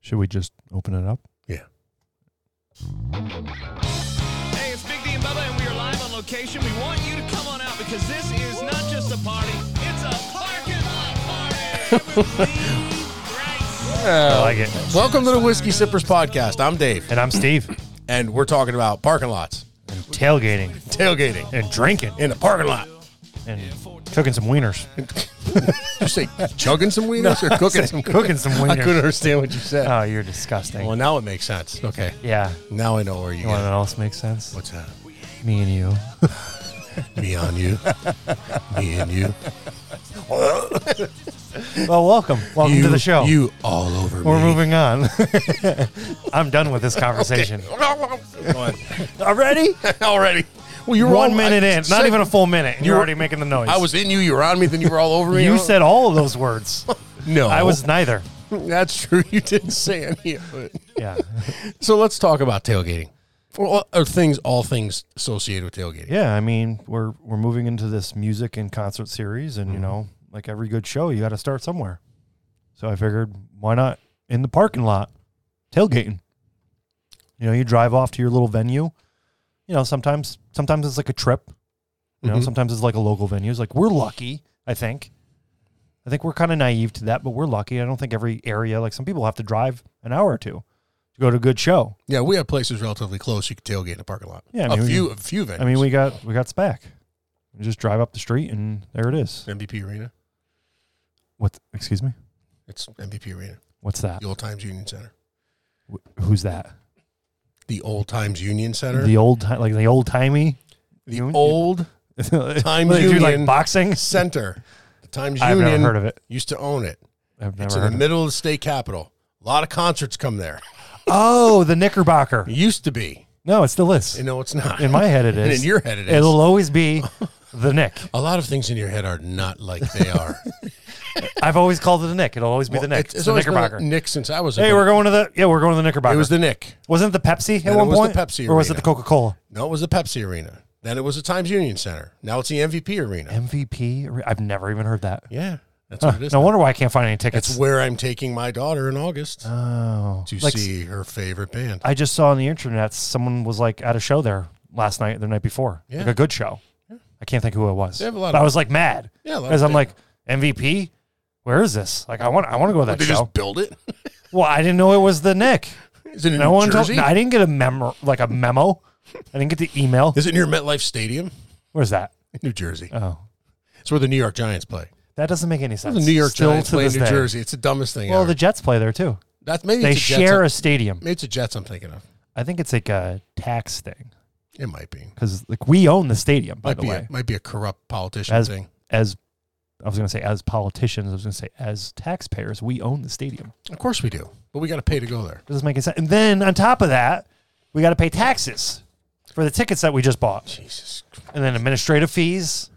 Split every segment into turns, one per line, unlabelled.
Should we just open it up?
Yeah.
Hey, it's Big D and Bubba, and we are live on location. We want you to come on out because this is not just a party; it's a parking lot party. with Lee Grace.
I like it.
Welcome to the Whiskey Sippers Podcast. I'm Dave,
And I'm Steve.
and we're talking about parking lots,
and tailgating
tailgating
and drinking
in the parking lot.
and cooking some wieners.
you say chugging some wieners or cooking some
cooking some
I couldn't
wieners.
understand what you said.
Oh, you're disgusting.
well, now it makes sense. Okay,
yeah.
now I know where you
You want
get.
that else makes sense?
What's that?
Me and you.
Me on you, me and you.
Well, welcome. Welcome
you,
to the show.
You all over
We're
me.
moving on. I'm done with this conversation.
Already? Already. Well, you were
One
all-
minute
I
in, not
said-
even a full minute, and
You
you're
were-
already making the noise.
I was in you. You were on me. Then you were all over me.
You
Oh,
said all of those words.
no.
I was neither.
That's true. You didn't say any of it.
Yeah.
So let's talk about tailgating. Well, or things, all things associated with tailgating.
Yeah, I mean, we're we're moving into this music and concert series, and you know, like every good show, you got to start somewhere. So I figured, why not in the parking lot, tailgating? You know, you drive off to your little venue. You know, sometimes sometimes it's like a trip. You know, sometimes it's like a local venue. It's like we're lucky. I think. I think we're kind of naive to that, but we're lucky. I don't think every area, like some people have to drive an hour or two to go to a good show.
Yeah, we have places relatively close you could tailgate in a parking lot.
Yeah, I mean,
a
we-
few, a few venues.
I mean, we got we got SPAC. You just drive up the street and there it is.
MVP Arena.
What? Excuse me.
It's MVP Arena,
What's that?
the Old Times Union Center,
Wh- Who's that?
the Old Times Union Center, the,
The old time, like the old timey. you-
Old
Time they do like
Union.
boxing.
Center. The Times
I've
Union
never heard of it.
used to own it.
I've never
It's
heard
in the
of it.
middle of the state capitol. A lot of concerts come there.
Oh, the Knickerbocker.
It used to be.
No, it still is.
And no, it's not.
In my head, it is.
and in your head, it is.
It'll always be the Nick.
a lot of things in your head are not like they are.
I've always called it the Nick. It'll always be the Nick. It's, the
always been
Knickerbocker.
Nick since I was. a
hey,
kid.
we're going to the yeah, we're going to the Knickerbocker.
It was the Nick.
Wasn't it the Pepsi at
it
one
was the
point?
Pepsi
or was it the
Arena.
Coca Cola?
No, it was the Pepsi Arena. Then it was the Times Union Center. Now it's the MVP Arena.
MVP. Or- I've never even heard that.
yeah, that's
Huh,
what it is.
no
now.
wonder why I can't find any tickets.
That's where I'm taking my daughter in August
oh,
to
Like,
see her favorite band.
I just saw on the internet someone was like at a show there last night, the night before, like
Yeah.
a good show. I can't think who it was.
They have a lot
but
of-
I was like mad
Yeah, a lot
because
of
I'm like MVP. Where is this? Like I want, I want to go to that
Did they
show.
just build it?
Well, I didn't know it was the Nick.
Is it in
No
New
one told.
Jersey?
I didn't get a memo, like a memo. I didn't get the email.
Is it near MetLife Stadium?
Where's that?
In New Jersey.
Oh,
It's where the New York Giants play.
that doesn't make any sense.
The New York
Still
Giants
to
play in
this
New
day.
Jersey. It's the dumbest thing
Well,
ever.
the Jets play there too.
That's maybe
They
it's the
share a
Jets.
stadium.
Maybe it's the Jets. I'm thinking of.
I think it's like a tax thing
It might be.
because like we own the stadium. By
Might
the
be.
way,
A, might be a corrupt politician
as
thing.
as I was going to say as politicians, I was going to say as taxpayers, we own the stadium.
Of course we do, but we got to pay to go there.
Doesn't make any sense. And then on top of that, we got to pay taxes for the tickets that we just bought,
Jesus.
and then administrative fees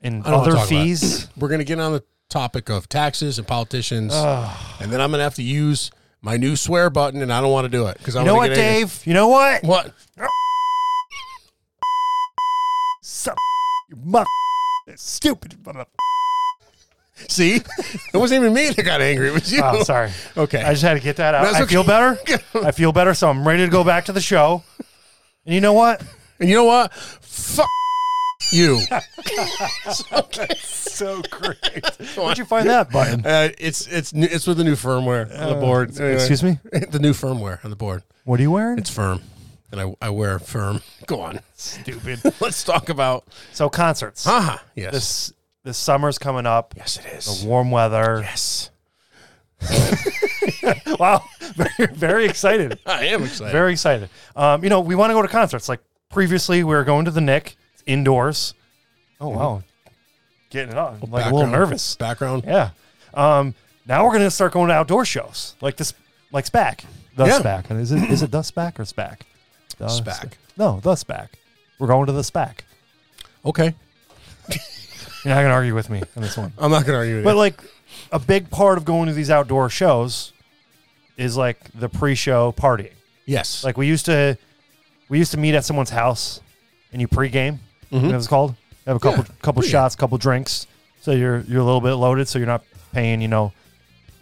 and
I don't wanna
other
talk about it.
fees.
We're gonna get on the topic of taxes and politicians, and then I'm gonna have to use my new swear button, and I don't want to do it because I
You know
wanna
what,
get angry.
Dave? You know what?
What?
Suck your mother- Stupid. mother-
See, it wasn't even me that got angry. It was you.
Oh, sorry.
Okay.
I just had to get that out.
That's
I
okay.
feel better. I feel better, so I'm ready to go back to the show. And you know what?
And you know what? Fuck you. It's okay.
So great. Where'd you find that button? Uh,
Uh, it's it's new, it's with the new firmware on the board.
Excuse me?
me. The new firmware on the board.
What are you wearing?
It's firm, and I, I wear firm. Go on.
stupid.
Let's talk about.
so concerts.
Ah, yes.
This this summer's coming up.
yes, it is.
The warm weather.
yes,
Wow, very, very excited.
I am excited.
Very excited. Um, you know, we want to go to concerts. Like previously, we were going to the Nick indoors. Oh wow, getting it on. I'm like a little
Mm-hmm. Background-
nervous.
Background.
Yeah. Um, now we're gonna start going to outdoor shows like this, like SPAC, the
Yeah.
SPAC. And Is it is it the SPAC or SPAC? The
SPAC.
No, the SPAC. We're going to the SPAC.
Okay.
You're not gonna argue with me on this one.
I'm not going to argue with
But
you.
like a big part of going to these outdoor shows is like the pre-show partying.
Yes.
Like we used to we used to meet at someone's house and you pregame, mm it was called. Have a couple
Mm-hmm. Yeah,
couple
pregame.
shots, couple drinks. So you're you're a little bit loaded so you're not paying, you know,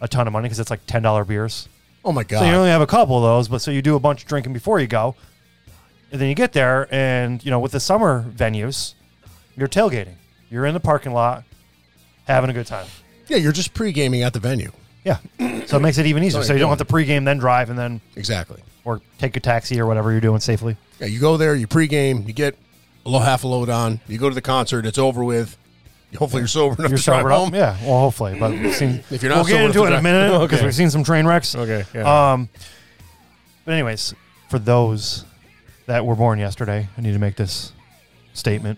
a ton of money because it's like ten dollar beers.
Oh my god.
So you only have a couple of those, but so you do a bunch of drinking before you go, and then you get there, and you know with the summer venues, you're tailgating, you're in the parking lot, having a good time.
yeah, you're just pre gaming at the venue.
Yeah, so it makes it even easier.
Sorry,
So you
go
don't have
on.
to pregame, then drive, and then
Exactly.
or take a taxi or whatever you're doing safely.
Yeah, you go there, you pregame, you get a little half a load on, you go to the concert, it's over with. Hopefully you're sober enough
You're
to drive
sober
home.
up, yeah. Well, hopefully, but we've seen,
If you're
we'll
not
get
sober
into it
enough to
in a
drive-
minute because
Okay.
we've seen some train wrecks.
Okay, yeah.
Um, but anyways, for those that were born yesterday, I need to make this statement.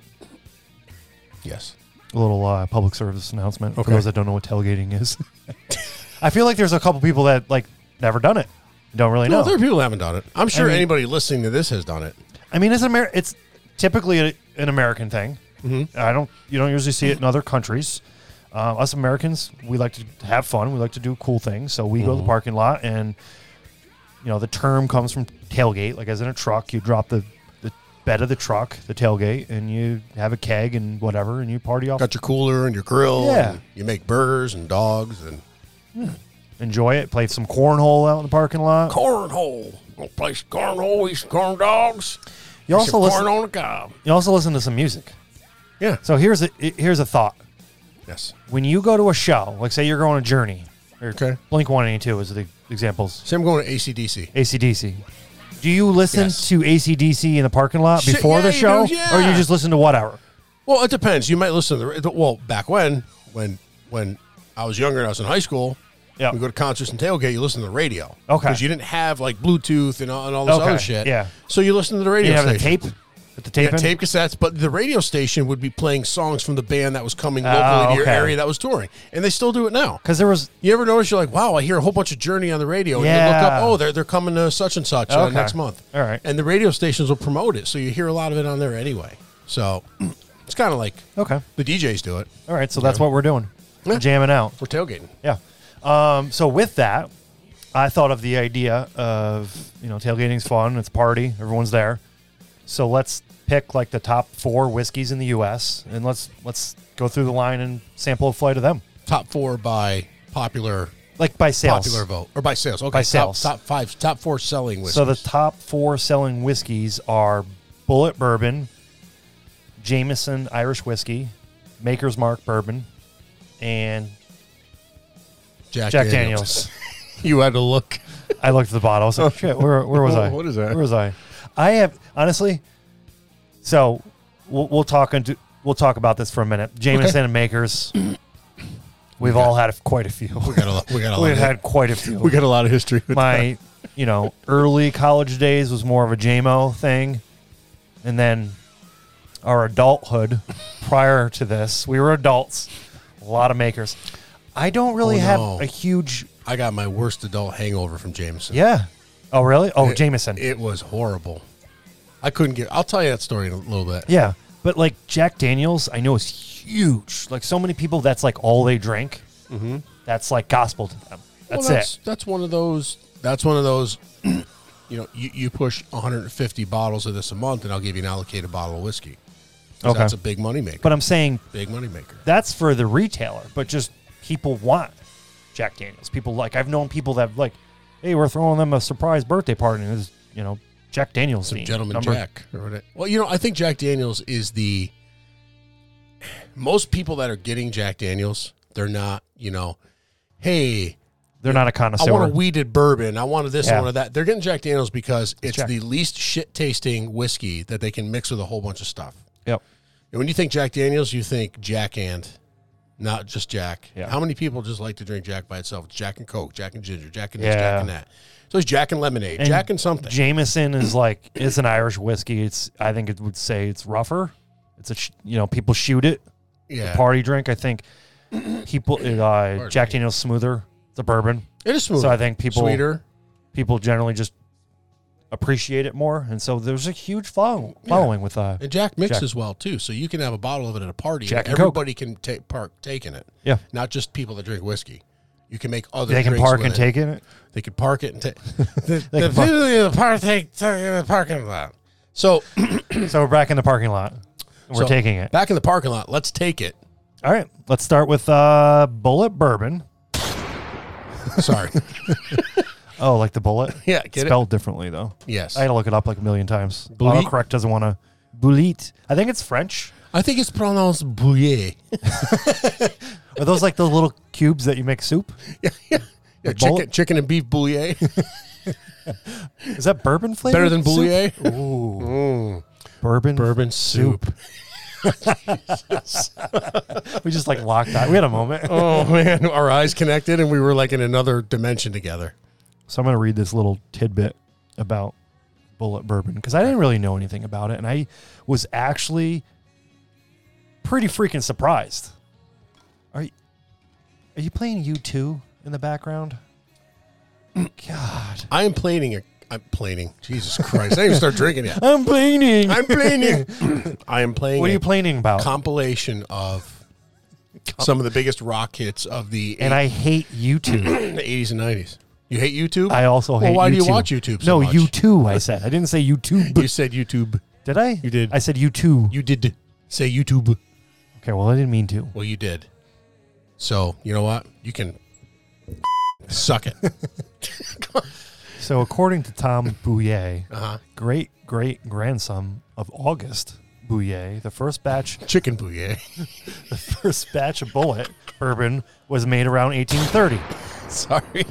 yes.
a little uh, public service announcement for
Okay.
those that don't know what tailgating is. I feel like there's a couple people that like never done it, don't really
No,
know.
there are people who haven't done it. I'm sure
mean-
anybody listening to this has done it.
I mean, it's Amer- it's typically a, an American thing. I don't you don't usually see it in other countries. Uh, us Americans, we like to have fun. We like to do cool things. So we go to the parking lot, and you know the term comes from tailgate. Like as in a truck, you drop the the bed of the truck, the tailgate, and you have a keg and whatever, and you party off
Got your cooler and your grill.
Yeah.
and you make burgers and dogs and
enjoy it. Played some cornhole out in the parking lot.
cornhole. We'll play some cornhole, eat some corn dogs.
You also listen.
on the cob.
You also listen to some music.
Yeah.
So here's a here's a thought.
Yes.
When you go to a show, like say you're going to Journey, or
Okay.
Blink One Eighty Two is the examples.
See, I'm going to ACDC.
ACDC. Do you listen
Yes.
to ACDC in the parking lot
Shit,
before
yeah,
the
you
show,
do,
or you
yeah.
just listen to whatever?
Well, it depends. You might listen to the well back when when when I was younger and I was in high school.
Yeah.
we go to concerts and tailgate. You listen to the radio.
Okay.
because you didn't have like Bluetooth and all, and all this
Okay,
other shit.
yeah.
so you listen to the radio.
You have the
station.
tape, with the tape,
Yeah,
in?
tape cassettes, but the radio station would be playing songs from the band that was coming locally to
Oh,
your
okay.
area that was touring, and they still do it now.
Because there was
You ever notice you're like, wow, I hear a whole bunch of Journey on the radio, and you look
Yeah.
up, oh, they're they're coming to such and such uh,
Okay.
next month.
All right.
and the radio stations will promote it, so you hear a lot of it on there anyway. So it's kind of like
okay.
the DJs do it.
All right, so that's what we're doing,
Yeah.
jamming out.
We're tailgating.
Yeah. Um, so with that, I thought of the idea of you know tailgating's fun. It's a party. Everyone's there. So let's pick like the top four whiskeys in the U.S. and let's let's go through the line and sample a flight of them,
Top four by popular
like by sales.
popular vote or by sales. Okay,
By
top,
sales.
Top five, top four selling whiskeys.
so the top four selling whiskeys are Bullet Bourbon, Jameson Irish Whiskey, Maker's Mark Bourbon, and Jack Daniels.
you had to look.
I looked at the bottle. I was like, shit, where, where was I?
Oh. What is that?
Where was I? I have, honestly, so we'll, we'll talk into, we'll talk about this for a minute. Jameson and Makers, we've all had quite a few.
We got a lot. We got a lot.
We've
of,
had quite a few.
we got a lot of history. With that.
My, you know, early college days was more of a JMO thing. And then our adulthood prior to this, we were adults, a lot of Makers. I don't really
Oh,
have
no.
a huge,
I got my worst adult hangover from Jameson.
yeah. Oh, really? Oh, Jameson.
It was horrible. I couldn't get. I'll tell you that story in a little bit.
Yeah, but like Jack Daniels, I know is huge. Like so many people, that's like all they drink. Mm-hmm. That's like gospel to them.
Well,
That's,
that's
it.
that's one of those. That's one of those. You know, you, you push 150 bottles of this a month, and I'll give you an allocated bottle of whiskey. 'Cause
Okay.
that's a big moneymaker.
But I'm saying
big moneymaker.
that's for the retailer. But just people want Jack Daniels. People like I've known people that like, hey, we're throwing them a surprise birthday party, and it's you know Jack Daniels.
Some
theme.
gentleman
Number-
Jack. or what it- Well, you know, I think Jack Daniels is the most people that are getting Jack Daniels. They're not, you know, hey,
They're not a
I
connoisseur.
want a weeded bourbon. I wanted this. I
Yeah.
wanted that. They're getting Jack Daniels because it's
Jack.
the least shit tasting whiskey that they can mix with a whole bunch of stuff.
yep.
And when you think Jack Daniels, you think Jack and, not just Jack.
Yeah.
How many people just like to drink Jack by itself? It's Jack and Coke, Jack and Ginger, Jack and this,
Yeah.
Jack and that. So it's Jack and lemonade,
And
Jack and something.
Jameson is like it's an Irish whiskey. It's I think it would say it's rougher. It's a sh- you know people shoot it.
yeah,
party drink. I think people it, uh, Jack Daniel's smoother, the bourbon.
it is smooth.
So I think people
sweeter.
people generally just appreciate it more, and so there's a huge follow, following with uh
And Jack mixes
Jack.
well too, so you can have a bottle of it at a party.
Jack
and
and Coke.
everybody can take park take in it.
yeah.
Not just people that drink whiskey. You can make other.
They can
drinks
park
with
and
it.
take in it.
They could park it and take the,
They
the
could park-
people in the partake in the parking lot. So
So we're back in the parking lot. We're
so
taking it.
back in the parking lot. Let's take it.
All right, let's start with uh, Bullet Bourbon.
Sorry.
Oh, like the bullet?
yeah, get
Spelled differently, though.
it? Yes.
I had to look it up like a million times.
Bullet?
Autocorrect doesn't want to. Bullet. I think it's French.
I think it's pronounced bouillet.
Are those like the little cubes that you make soup?
Yeah, chicken,
bullet?
chicken and beef bouillet.
Is that bourbon flavor?
Better than bouillet.
Ooh. Bourbon.
Bourbon soup.
We just like locked out. We had a moment.
oh, man. Our eyes connected and we were like in another dimension together.
So I'm going to read this little tidbit about bullet bourbon because I didn't really know anything about it. And I was actually pretty freaking surprised. Are you, are you playing U2 in the background? God.
I am planing. A, I'm planing. Jesus Christ. I didn't even start drinking yet.
I'm planing.
I'm planing. I am playing.
what are
a
you planing about?
compilation of some of the biggest rock hits of the
and I hate U2.
the 80s and 90s. You hate YouTube?
I also
Well,
hate
why do you
U2.
watch YouTube so
No,
much?
U2, I said. I didn't say YouTube.
You said YouTube.
Did I?
You did.
I said U2.
You did say YouTube.
Okay, well, I didn't mean to.
Well, you did. So, you know what? You can suck it.
So, according to Tom Bouyer,
Uh-huh.
great great grandson of August Bouyer, the first batch
Chicken bouillet.
first batch of bullet bourbon was made around 1830,
Sorry.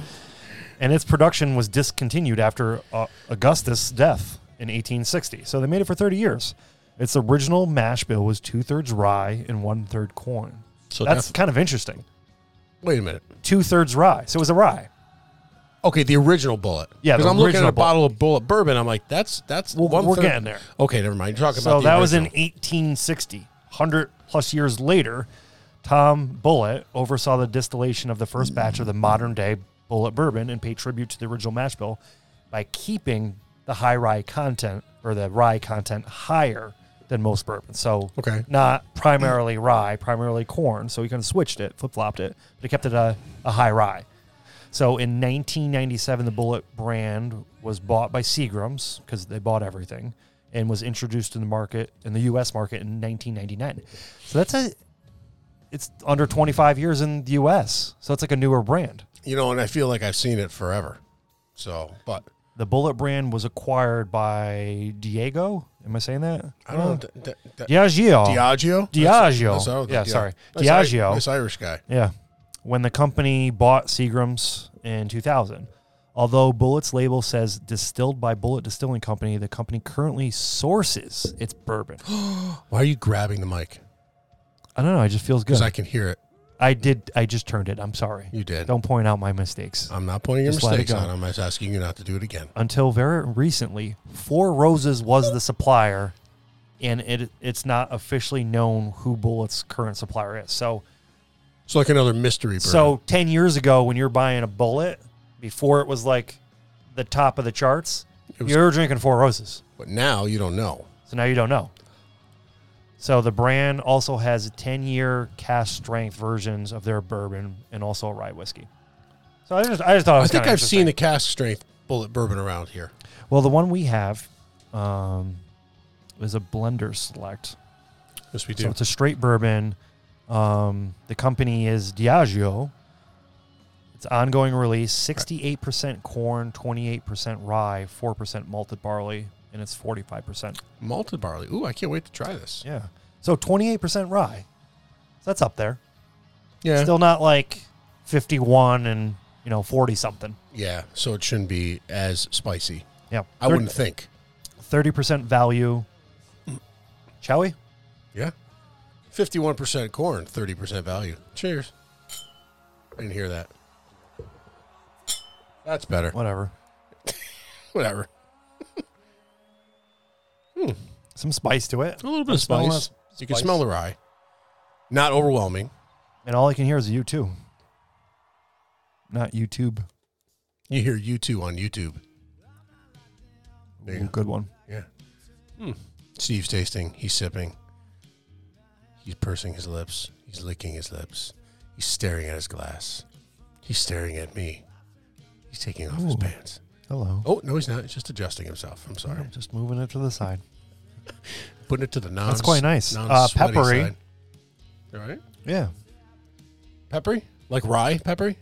and its production was discontinued after uh, Augustus' death in 1860. So they made it for 30 years. Its original mash bill was two thirds rye and one third corn.
So
That's
def-
kind of interesting.
Wait a minute.
Two thirds rye, so it was a rye.
Okay, the original bullet.
Yeah, the
because I'm looking at
original
a
bullet.
bottle of bullet bourbon. I'm like, that's that's
We'll-
one
we're
third-
getting there.
Okay, never mind. You're talking
So
about the
that was in
original.
1860. 100 plus years later, Tom Bullitt oversaw the distillation of the first batch of the modern day Bullet bourbon and paid tribute to the original mash bill by keeping the high rye content or the rye content higher than most bourbon. So
Okay.
not primarily rye, primarily corn. So he kind of switched it, flip flopped it, but he kept it a, a high rye. So in 1997, the Bullet brand was bought by Seagram's because they bought everything and was introduced in the market in the U.S. market in 1999. So that's a it's under 25 years in the U.S. So it's like a newer brand.
you know, and I feel like I've seen it forever. So, but
The Bullet brand was acquired by Diego. Am I saying that?
I don't. know. th- th- th-
Diageo.
Uh, Diageo.
Diageo.
That's- that's-
Yeah, sorry.
Nice Ir-
Diageo.
Nice Irish guy.
Yeah. When the company bought Seagram's in 2000. Although Bullet's label says distilled by Bullet Distilling Company, the company currently sources its bourbon.
Why are you grabbing the mic?
I don't know. It just feels good.
Because
I,
I can hear it.
did. I just turned it. I'm sorry.
You did. Oh,
Don't point out my mistakes.
I'm not pointing your
Just let it
mistakes
go.
out. I'm just asking you not to do it again.
Until very recently, Four Roses was the supplier, and it it's not officially known who Bullet's current supplier is. So
It's like another mystery. Burger.
So ten years ago, when you're buying a bullet, before it was like the top of the charts,
It was-
you were drinking Four Roses.
but now you don't know.
So now you don't know. So the brand also has 10 year cast strength versions of their bourbon and also rye whiskey. So I just I just thought it
I
was
think
kinda
I've seen
interesting.
the cast strength bullet bourbon around here.
Well, the one we have um, is a blender select.
Yes, we
So
do.
it's a straight bourbon. Um, the company is Diageo. It's ongoing release, 68% corn, 28% rye, 4% malted barley, and it's 45%.
Malted barley. Ooh, I can't wait to try this.
Yeah. So 28% rye. So that's up there.
Yeah.
Still not like 51 and, you know, 40 something.
yeah. So it shouldn't be as spicy.
Yeah.
I wouldn't think.
30% value. Shall we?
Yeah. 51% corn, 30% value. Cheers. I didn't hear that. That's better.
Whatever.
Whatever.
Some spice to it.
A little bit of
smelling
spice.
that
You can
spice.
smell the rye. Not overwhelming.
And all I can hear is you too. Not YouTube.
You hear U2 on YouTube. There you
Ooh, Good one.
Yeah. Hmm. Steve's tasting. He's sipping. He's pursing his lips. He's licking his lips. He's staring at his glass. He's staring at me. He's taking off his
Ooh.
pants.
Hello.
Oh, no, he's not. He's just adjusting himself. I'm sorry.
Just moving it to the side.
Putting it to the non
That's quite nice.
non-
Uh,
sweaty
peppery.
side. All right.
Yeah.
Peppery? Like rye peppery?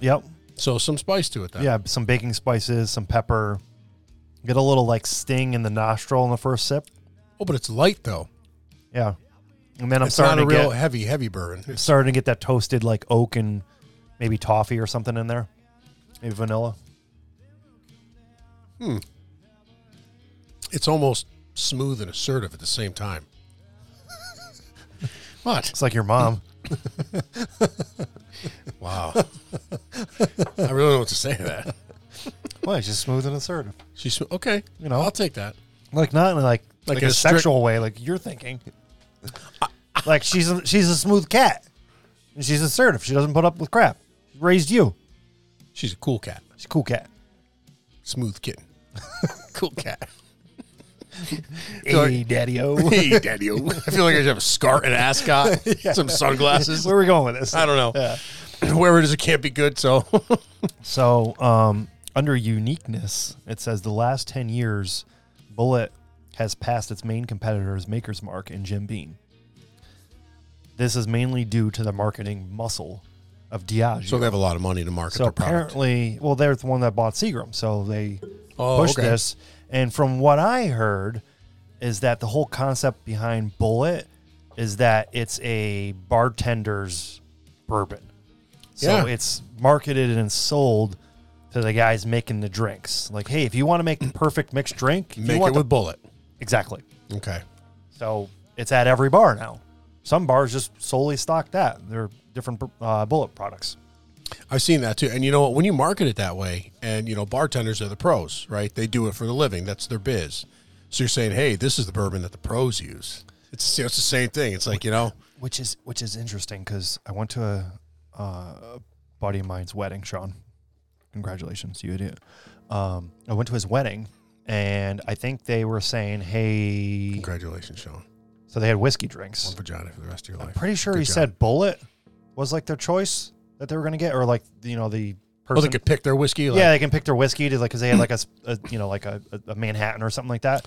Yep.
So some spice to it, then.
Yeah. Some baking spices, some pepper. Get a little like sting in the nostril in the first sip.
Oh, but it's light though.
Yeah. And then I'm
it's not
starting
a
to
real
get
heavy, heavy burn. It's
starting to get that toasted like oak and maybe toffee or something in there. Maybe vanilla.
it's almost smooth and assertive at the same time. what?
It's like your mom.
Wow. I really don't know what to say to that.
well, it's just smooth and assertive.
She's okay.
You know.
I'll take that.
Like not in like like,
Like
a,
a strict-
sexual way, like you're thinking. like she's a, she's a smooth cat, and she's assertive. She doesn't put up with crap. She raised you.
She's a cool cat,
She's a cool cat.
smooth kitten, cool cat.
Hey, daddy o. Where
Hey, daddy. I feel like I should have a scarf, an ascot, some sunglasses.
are we going with this?
I don't know. Wherever it is, it can't be good. So
So, um, under uniqueness, it says the last ten years, Bullet has passed its main competitors, Maker's Mark and Jim Beam. This is mainly due to the marketing muscle of Diageo.
So they have a lot of money to market
So
their product.
apparently, well, they're the one that bought Seagram, so they
Oh,
pushed
okay.
this. And from what I heard, is that the whole concept behind Bullet is that it's a bartender's bourbon. So
Yeah.
it's marketed and sold to the guys making the drinks. Like, hey, if you want to make the perfect mixed drink, if you
Make it
want
with
the-
bullet.
exactly.
Okay.
So it's at every bar now. Some bars just solely stock that. They're different uh, Bullet products.
I've seen that too. And you know what? When you market it that way, and you know, bartenders are the pros, right? They do it for the living. That's their biz. So you're saying, hey, this is the bourbon that the pros use. It's you know, it's the same thing. It's like you know,
which is which is interesting because I went to a, uh, a buddy of mine's wedding. Sean, congratulations, you idiot. Um, I went to his wedding, and I think they were saying, "Hey,"
congratulations, Sean.
so they had whiskey drinks.
One vagina for the rest of your
I'm
life.
pretty sure
Good
he
job.
said Bullet was like their choice that they were going to get, or like you know the
Oh, they
person.
could pick their whiskey. Like,
yeah, they can pick their whiskey to like because they had like a, s- a- you know like a, a- a Manhattan or something like that,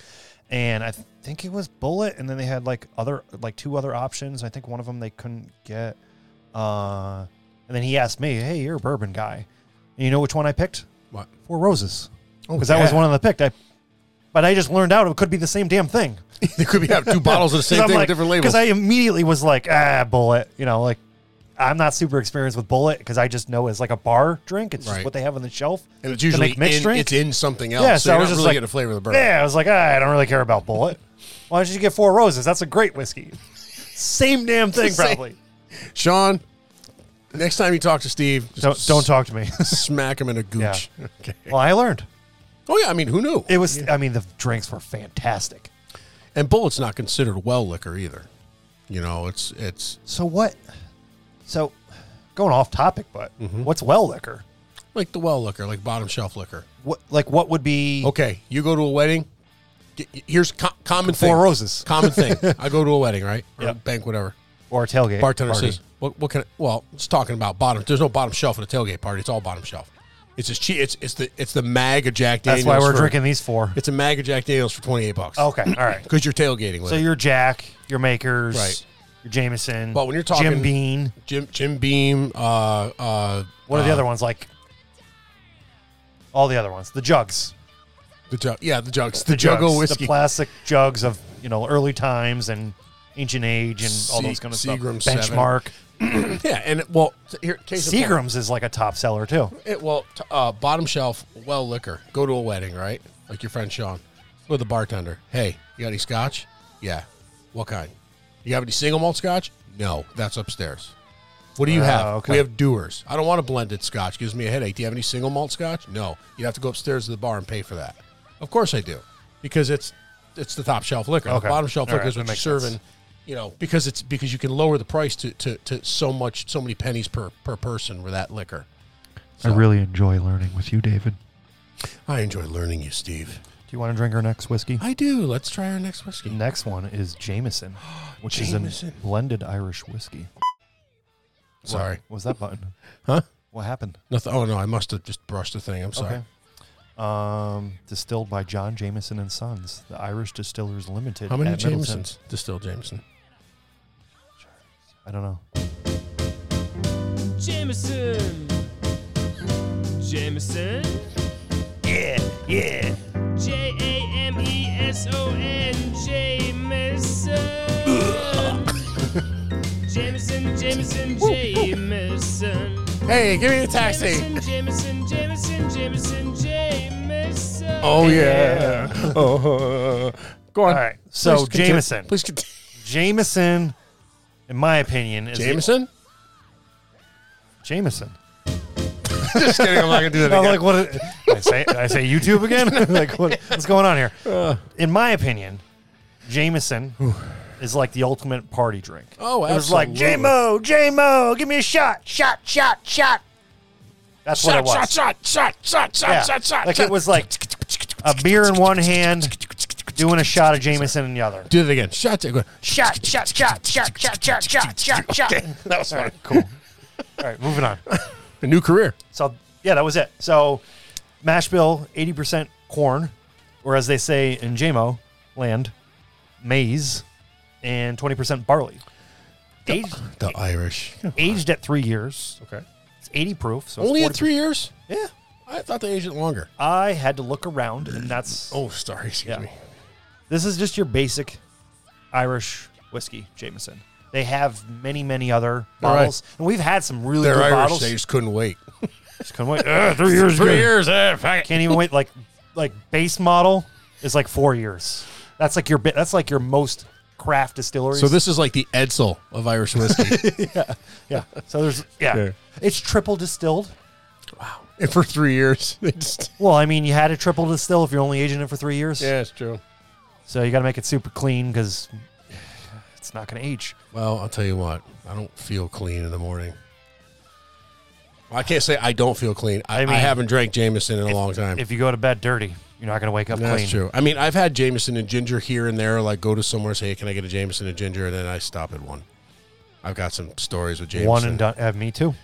and I th- think it was Bullet, and then they had like other like two other options. I think one of them they couldn't get, uh, and then he asked me, "Hey, you're a bourbon guy, and you know which one I picked?
What?
Four Roses, because that was
Oh, yeah.
one of the picked. I, but I just learned out it could be the same damn thing.
they could be have two bottles of the same thing with different labels.
Because I immediately was like, ah, Bullet, you know, like. I'm not super experienced with Bullet because I just know it's like a bar drink. It's just
Right.
what they have on the shelf.
and it's
to
usually
make mixed
in,
drink.
it's in something else.
Yeah, so
so,
I
you're
was
not
just
really
like,
getting a flavor of the bourbon.
Yeah, I was like, ah, I don't really care about Bullet. Why don't you get Four Roses? That's a great whiskey. Same damn thing,
Same.
probably.
Sean, next time you talk to Steve,
Don't
just
don't talk to me.
Smack him in a gooch. Okay.
well, I learned
Oh yeah, I mean, who knew?
it was. I mean, the drinks were fantastic.
And bullet's not considered well liquor either. You know, it's it's
So what? So going off topic, but
Mm-hmm.
what's well liquor?
like the well liquor, like bottom shelf liquor.
What like what would be?
Okay, you go to a wedding. Get, here's co- common thing.
Four roses.
Common thing. I go to a wedding, right? Or a
Yep.
bank, whatever.
Or a tailgate
Bartender
party.
says, "What? What can? I, well, it's talking about bottom. There's no bottom shelf at a tailgate party. It's all bottom shelf. It's as cheap. It's it's the it's the mag of Jack
That's
Daniels.
why we're
for-
drinking these four.
It's a mag of Jack Daniels for twenty eight bucks.
Okay, all right.
because you're tailgating with
So
it.
your Jack, your Makers,
Right.
your Jameson.
But when you're talking-
Jim Bean,
Jim Jim Beam. Uh, uh,
what are the
uh,
other ones like? All the other ones, the jugs.
The jug, yeah, the jugs, the, juggo
jugs,
whiskey,
the plastic jugs of you know early times and ancient age and all those
Se-
kind of
Seagram
stuff.
seven.
Benchmark
yeah, and it- well, t- here, case in point.
Seagrams is like a top seller too.
It, well, t- uh, bottom shelf, well liquor. Go to a wedding, right? Like your friend Sean. Go to the bartender. Hey, you got any scotch? Yeah. What kind? You have any single malt scotch? No, that's upstairs. What do you
Ah,
have?
okay.
We have doers. I don't want a blended scotch. Gives me a headache. Do you have any single malt scotch? No. You'd have to go upstairs to the bar and pay for that. Of course I do, because it's it's the top shelf liquor.
Okay.
The bottom shelf
All
liquor is
right,
what
that
you're
makes sense.
serving. You know, because it's because you can lower the price to, to, to so much, so many pennies per per person with that liquor. So-
really enjoy learning with you, David.
I enjoy learning you, Steve.
Do you want to drink our next whiskey?
I do. Let's try our next whiskey.
Next one is Jameson, which is a
Jameson.
blended Irish whiskey.
Sorry.
what was that button?
Huh?
What happened?
Nothing. Oh no, I must have just brushed the thing. I'm sorry.
Okay. Um, distilled by John Jameson and Sons, the Irish Distillers Limited.
How many
at Middleton.
Jamesons? Distilled Jameson.
I don't know.
Jameson,
Jameson. Yeah, yeah. J A M E S O N, Jameson. Jameson, Jameson, Jameson.
Hey, give me a taxi.
Jameson, Jameson, Jameson, Jameson, Jameson.
Oh yeah. Oh, go on. All right.
so Jameson.
Please continue.
Jameson, in my opinion, is
Jameson.
Jameson.
Just kidding. I'm not gonna do that
I'm
again.
like, what? did I say? did I say YouTube again? like, what, what's going on here?
Uh.
In my opinion, Jameson is like the ultimate party drink.
Oh,
it was like
absolutely.
J-Mo, J-Mo, give me a shot, shot, shot, shot. That's what it
shot,
was.
shot, shot, shot, shot, shot,
Yeah.
shot, shot.
like it was like a beer in one hand, doing a shot of Jameson in the other.
Do it again. Shot. Go.
Shot, shot, shot, shot, shot, shot, shot, shot, shot.
That was fun.
Cool. All right, moving on.
A new career.
So yeah, that was it. So mash bill, eighty percent corn, or as they say in JMO land, maize, and twenty percent barley. Aged,
The Irish.
aged at three years.
Okay.
It's eighty proof. So it's
Only at
40%
three years.
Yeah.
I thought they aged it longer.
I had to look around, and that's
Oh, sorry. Excuse
Yeah.
me.
this is just your basic Irish whiskey, Jameson. They have many, many other
All right.
bottles, and we've had some really
They're
good
Irish.
bottles.
They just couldn't wait.
Just couldn't wait. Ugh, uh, three years, good.
years. Eh, fuck it.
Can't even wait. Like like base model is like four years. That's like your bi- that's like your most craft distilleries.
So this is like the Edsel of Irish whiskey,
yeah. So there's yeah.
Okay.
It's triple distilled.
and for three years, they just
Well, I mean, you had to triple distill if you're only aging it for three years.
it's true.
So you got to make it super clean because it's not going to age.
Well, I'll tell you what. I don't feel clean in the morning. Well, I can't say I don't feel clean. I, I,
I mean-
haven't drank Jameson in a long time.
If you go to bed dirty, you're not going to wake up
That's
clean.
true. I mean, I've had Jameson and ginger here and there. Like, go to somewhere, say, hey, "Can I get a Jameson and ginger?" And then I stop at one. I've got some stories with Jameson.
One and done. Uh, me too.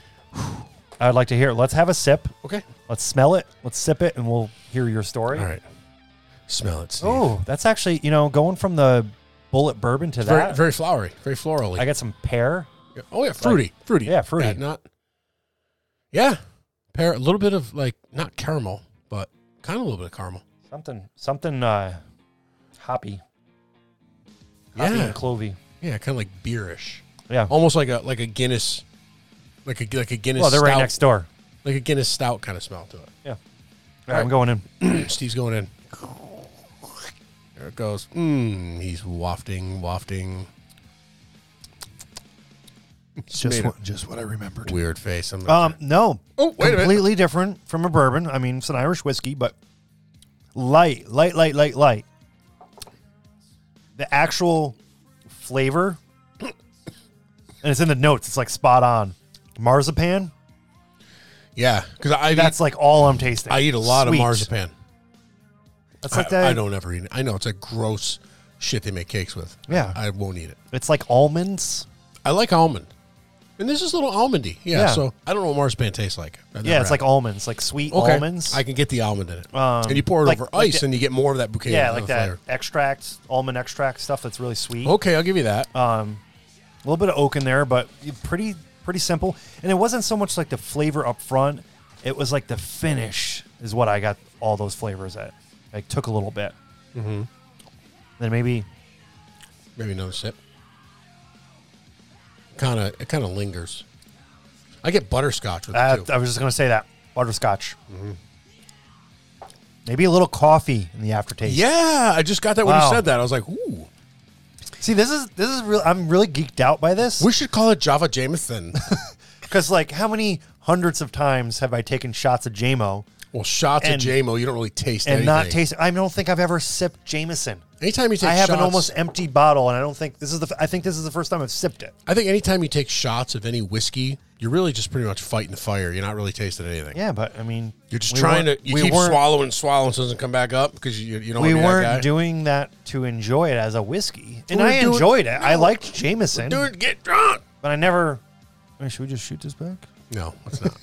I'd like to hear. it. Let's have a sip.
Okay.
Let's smell it. Let's sip it, and we'll hear your story.
All right. Smell it. Steve.
Oh, that's actually you know going from the bullet bourbon to
It's
that.
very, very flowery, very florally.
I got some pear.
oh yeah, fruity, fruity.
Yeah, fruity.
not. Yeah, pear. A little bit of like not caramel, but kind of a little bit of caramel.
Something, something uh, hoppy. Hoppy
Yeah, Oh,
and clovey.
yeah, kind of like beerish,
Yeah.
almost like a like a Guinness, like a like a Guinness.
well, they're
stout-
right next door.
Like a Guinness stout kind of smell to it.
Yeah. All right, I'm going in.
Steve's going in. There it goes. Mmm. He's wafting, wafting. Just what,
just what I remembered.
Weird face. I'm
Um, no.
Oh, wait a minute.
Completely different from a bourbon. I mean, it's an Irish whiskey, but light, light, light, light, light. The actual flavor, and it's in the notes. It's like spot on. Marzipan.
yeah, because I
That's
that's
like all I'm tasting.
I eat a lot
Sweet.
of marzipan.
That's like
I,
that.
I don't ever eat it. I know it's like gross shit they make cakes with.
Yeah.
I won't eat it.
It's like almonds.
I like almond, and this is a little almondy. Yeah,
Yeah.
So I don't know what marzipan tastes like. I've
Yeah,
never
it's
had
like almonds, like sweet
it. okay.
almonds.
I can get the almond in it,
Um,
and you pour it
like-
over
like
ice,
the-
and you get more of that bouquet.
yeah,
of
like that
flavor.
extract, almond extract stuff that's really sweet.
Okay, I'll give you that.
Uh, A little bit of oak in there, but pretty pretty simple. And it wasn't so much like the flavor up front; it was like the finish is what I got all those flavors at. Like took a little bit. Mm-hmm. Then maybe
Maybe another sip. Kind of, it kind of lingers. I get butterscotch with
uh,
it too. Mm-hmm.
I was just gonna say that butterscotch. Maybe a little coffee in the aftertaste.
yeah, I just got that when you
Wow.
said that. I was like, ooh,
See, this is this is real. I'm really geeked out by this.
we should call it Java Jameson.
Because like, how many hundreds of times have I taken shots of JMO
well, shots
And-
of JMO, you don't really taste
and not
anything.
taste? I don't think I've ever sipped Jameson.
Anytime you take,
I have
shots,
an almost empty bottle, and I don't think this is the. f- I think this is the first time I've sipped it.
I think anytime you take shots of any whiskey, you're really just pretty much fighting the fire. You're not really tasting anything.
Yeah, but I mean,
You're just
we
trying to.
weren't-
You
we
keep
weren't-
swallowing, swallowing, so it doesn't come back up because you, you don't.
We
wanna be that guy.
weren't doing that to enjoy it as a whiskey, and
We're
I
doing-
enjoyed it. I
no.
liked Jameson,
Dude, get drunk.
but I never. Wait, should we just shoot this back?
No, it's not.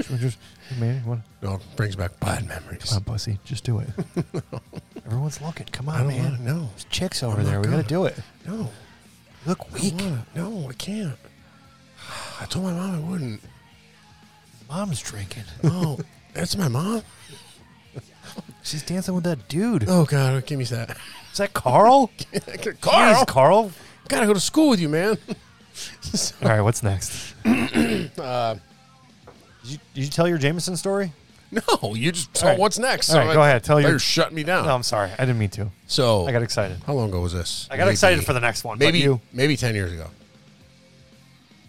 Should we just, hey, man, what,
no, it brings back bad memories.
come on, pussy, just do it. Everyone's looking. Come on,
I don't
man.
want to know.
There's chicks over
I'm
there.
not
We gotta
gonna.
do it.
No,
Look
I
weak.
don't wanna. no, I can't. I told my mom I wouldn't.
Mom's drinking.
No, That's my mom.
She's dancing with that dude.
Oh God, give me that.
Is that Carl?
Carl,
Jeez, Carl.
gotta go to school with you, man. So,
All right, what's next?
uh,
Did you, did you tell your Jameson story?
no, you just so
All right.
what's next?
All right,
So I-
go ahead, tell
better
your-
shut me down.
No, I'm sorry. I didn't mean to.
so
I got excited.
how long ago was this?
I got excited for the next one. but
maybe
you.
maybe ten years ago.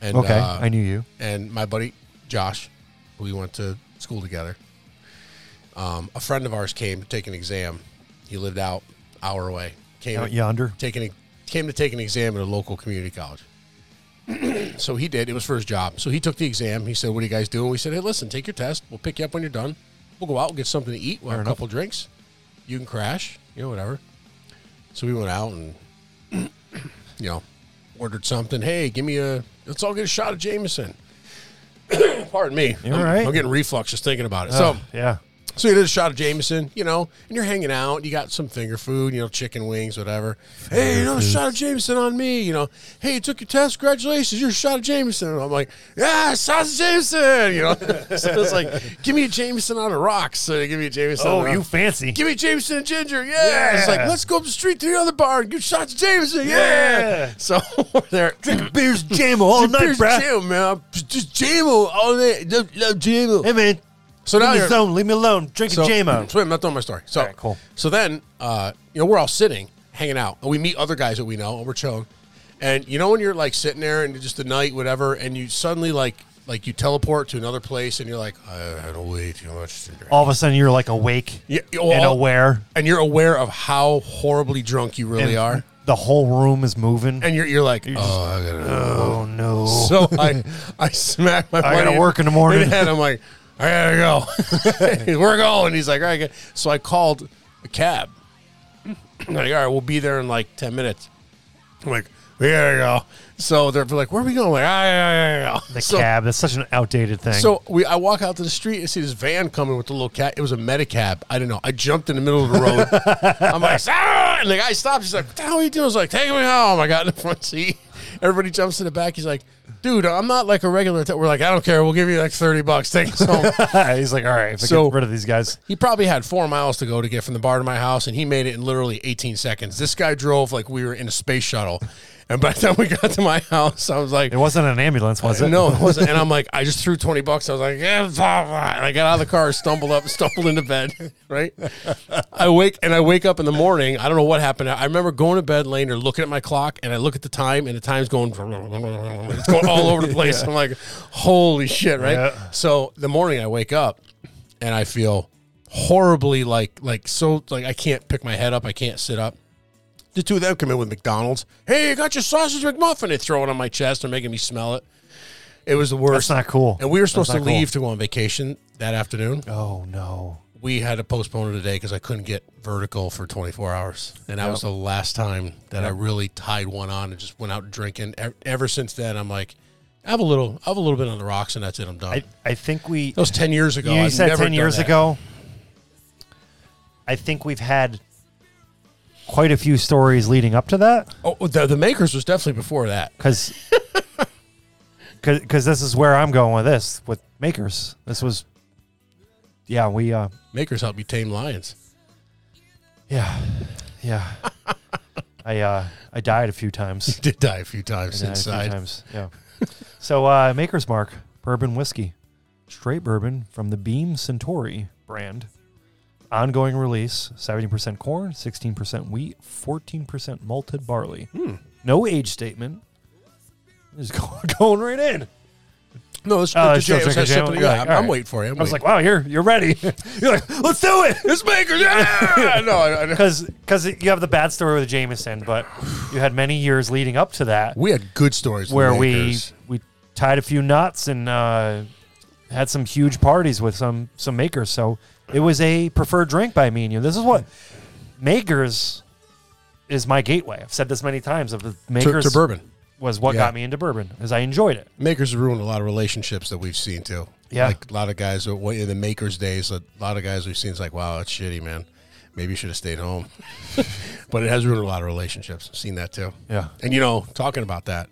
And,
Okay,
uh,
I knew you.
and my buddy Josh, who we went to school together. Um, a friend of ours came to take an exam. He lived out hour away. Came
Out yonder.
taking e, came to take an exam at a local community college. so he did. It was for his job. So he took the exam. He said, "What are you guys doing?" We said, "Hey, listen, take your test. We'll pick you up when you're done. We'll go out. We'll get something to eat. We'll have a
enough.
couple drinks. You can crash. You know, whatever." So we went out and you know ordered something. Hey, give me a. Let's all get a shot of Jameson. Pardon me.
You all
I'm-
right?
I'm getting reflux just thinking about it.
Oh,
so
yeah.
so you did a shot of Jameson, you know, and you're hanging out. You got some finger food, you know, chicken wings, whatever. hey, another shot of Jameson on me, you know. Hey, you took your test, congratulations, you're a shot of Jameson. And I'm like, yeah, shot of Jameson, you know. so it's like, give me a Jameson on a rock. So they give me a Jameson. on
Oh,
a
you
rock.
fancy.
Give me Jameson and Ginger, yeah. It's like,
Yeah.
let's go up the street to the other bar and get shots of Jameson, yeah.
Yeah.
So we're there.
beers, jam all
Just beers jam, man. Just jam all day. Love, love jam.
Hey, man.
So now you're,
alone. Leave me alone. Drink
so, So wait, I'm not done with my story. So
All right, cool.
So then, uh, you know, we're all sitting, hanging out, and we meet other guys that we know, and we're chilling. And you know when you're like sitting there and just the night, whatever, and you suddenly like like you teleport to another place, and you're like, I had way too much to drink.
All of a sudden, you're like awake
Yeah,
and
well,
aware.
and you're aware of how horribly drunk you really
and
are,
The whole room is moving.
and you're you're like,
just-
oh, I gotta.
oh, no.
So I, I smacked my.
I gotta
buddy
work in the morning.
the head. I'm like, I gotta go. We're going. He's like, all right. go." So I called a cab. I'm like, all right, we'll be there in like ten minutes. I'm like, we gotta go. So they're like, where are we going? I'm like, "Ah, I, I, I,
the cab. That's such an outdated thing.
So we, I walk out to the street and see this van coming with the little cat. It was a medicab. I don't know. I jumped in the middle of the road. I'm like, "Ah!" and the guy stops. He's like, "What the hell are you doing?" I was like, "Take me home." I got in the front seat. Everybody jumps in the back. He's like, "Dude, I'm not like a regular." ta-" We're like, "I don't care. We'll give you like thirty bucks. Take us home."
he's like, all right, if I
So-
get rid of these guys.
he probably had four miles to go to get from the bar to my house, and he made it in literally 18 seconds. This guy drove like we were in a space shuttle. And by the time we got to my house, I was like,
It wasn't an ambulance, was it?
no, it wasn't. And I'm like, I just threw 20 bucks. I was like, yeah, blah, blah. And I got out of the car, stumbled up, stumbled into bed, right? I wake and I wake up in the morning. I don't know what happened. I remember going to bed later, looking at my clock, and I look at the time, and the time's going, it's going all over the place. I'm like, holy shit, right?
Yeah.
So the morning I wake up and I feel horribly like, like, so, like, I can't pick my head up. I can't sit up the two of them come in with McDonald's. Hey, you got your sausage McMuffin? They throw it on my chest. They're making me smell it. It was the
That's
worst.
not cool.
and we were supposed to
not cool.
leave to go on vacation that afternoon.
oh, no.
We had to postpone it a day because I couldn't get vertical for 24 hours. And that was the last time that I really tied one on and just went out drinking. E- Ever since then, I'm like, I have a little, I have a little bit on the rocks, and that's it. I'm done.
I, I think we.
that was 10 years ago.
you
I've
said
Oh, never
10
done
years
that.
ago. I think we've had quite a few stories leading up to that
Oh, the, the Makers was definitely before that.
because because this is where I'm going with this with makers. This was yeah we uh
Makers helped me tame lions.
yeah yeah I uh I died a few times
Did die a few times
Yeah, a few
inside.
times. Yeah. so uh, Maker's Mark bourbon whiskey, straight bourbon from the Beam Centauri brand. Ongoing release: seventy percent corn, sixteen percent wheat, fourteen percent malted barley. No age statement. Just go- going right in.
No, it's
Oh,
good
it's
to
still
jam. It's
drinking
actually
jam?
something-
You're
yeah,
like,
I'm,
all
I'm
right.
waiting for you. I'm
I was
waiting.
like, "Wow, you're you're ready." you're like, "Let's do it."
it's Baker. Yeah, no, I, I,
Because because you have the bad story with Jameson, but you had many years leading up to that.
we had good stories with
where we
Lakers.
we tied a few knots and uh, had some huge parties with some some makers. So it was a preferred drink by me and you. This is what makers is my gateway. I've said this many times. Of the
to,
makers
to bourbon.
was what
Yeah.
got me into bourbon, is I enjoyed it.
Makers ruined a lot of relationships that we've seen too.
Yeah.
like a lot of guys. that went in the Makers days, a lot of guys we've seen is like, wow, that's shitty, man. Maybe you should have stayed home. but it has ruined a lot of relationships. I've seen that too.
Yeah.
And you know, talking about that,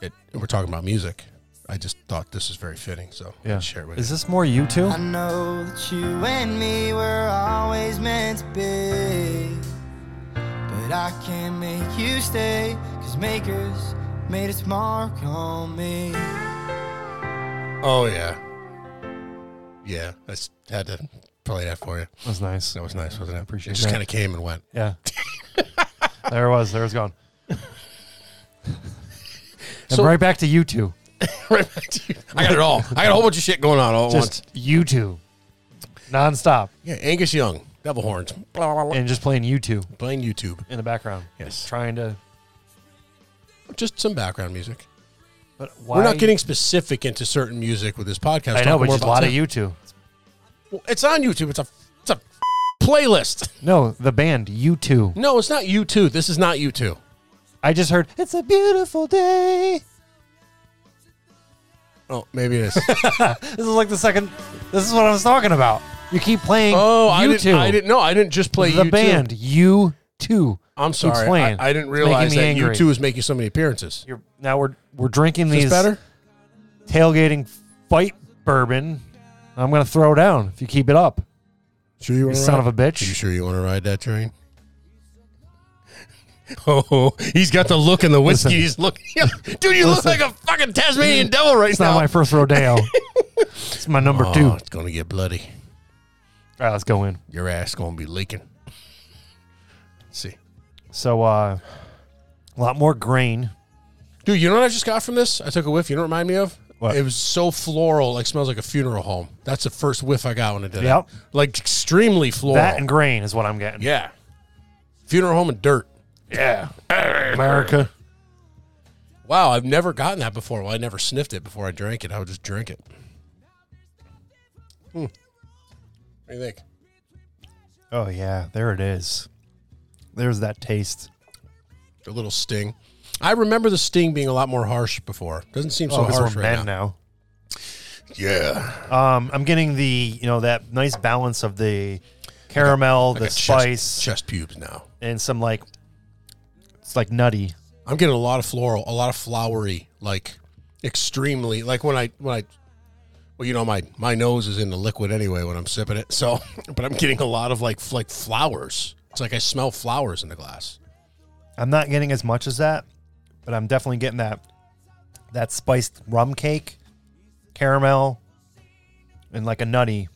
it, and we're talking about music. I just thought this was very fitting, so
Yeah.
I'd share it with
Is
you.
this more you two?
I know that you and me were always meant to be. But I can't make you stay, cause Maker's made its mark on me.
Oh yeah, yeah. I s- had to play that for you.
That's nice.
That was nice, wasn't it?
Appreciate
it. Just
that.
kind of came and went.
Yeah. there it was. There it was gone. and
So-
right back to you two.
right back to you. I got it all. I got a whole bunch of shit going on all at once.
Just you two. Nonstop.
Yeah, Angus Young, Devil Horns, blah, blah, blah,
And just playing you two
playing YouTube.
in the background.
Yes.
Trying to
Just some background music.
but why
We're not getting specific into certain music with this podcast.
I
Talk
know, but
more
just a
about
lot
that.
of you two.
Well, It's on YouTube. It's a it's a playlist.
No, the band, you two.
No, it's not you two. This is not you two.
I just heard it's a beautiful day.
Oh, maybe it is.
This is like the second this is what I was talking about. You keep playing
oh,
you
I didn't.
two.
I didn't know. I didn't just play
the
U2.
band, you two.
I'm sorry.
playing.
I, I didn't
It's making
realize
me
that
angry.
you two was making so many appearances.
You're, now we're we're drinking
Is
these
this better?
tailgating fight bourbon. I'm gonna throw down if you keep it up.
Sure you
You
want
son of a
You
bitch.
sure you want to ride that train? Oh, he's got the look in the whiskey.
Listen.
He's looking, dude. You look
Listen.
like a fucking Tasmanian devil right
It's
now.
not my first rodeo. it's my number
oh,
two. All
It's gonna get bloody.
right, let's go in.
Your ass gonna be leaking. Let's see,
So, uh, a lot more grain.
dude. You know what I just got from this? I took a whiff. You know what it reminded me of?
What?
It was so floral. Like smells like a funeral home. That's the first whiff I got when I did
Yep.
it. Like extremely floral.
That and grain is what I'm getting.
yeah. Funeral home and dirt.
Yeah. America.
Wow, I've never gotten that before. Well, I never sniffed it before I drank it. I would just drink it. Hmm. What do you think?
Oh, yeah. There it is. There's that taste.
A little sting. I remember the sting being a lot more harsh before. Doesn't seem so
Oh, 'cause
harsh
we're
right
men
now.
now.
Yeah.
Um, I'm getting the, you know, that nice balance of the caramel,
I
the
got
spice,
Chest, chest pubes now.
and some like, it's like nutty.
I'm getting a lot of floral, a lot of flowery, like extremely like when I when I well, you know, my my nose is in the liquid anyway when I'm sipping it. So but I'm getting a lot of like f- like flowers. It's like I smell flowers in the glass.
I'm not getting as much as that, but I'm definitely getting that that spiced rum cake, caramel, and like a nutty.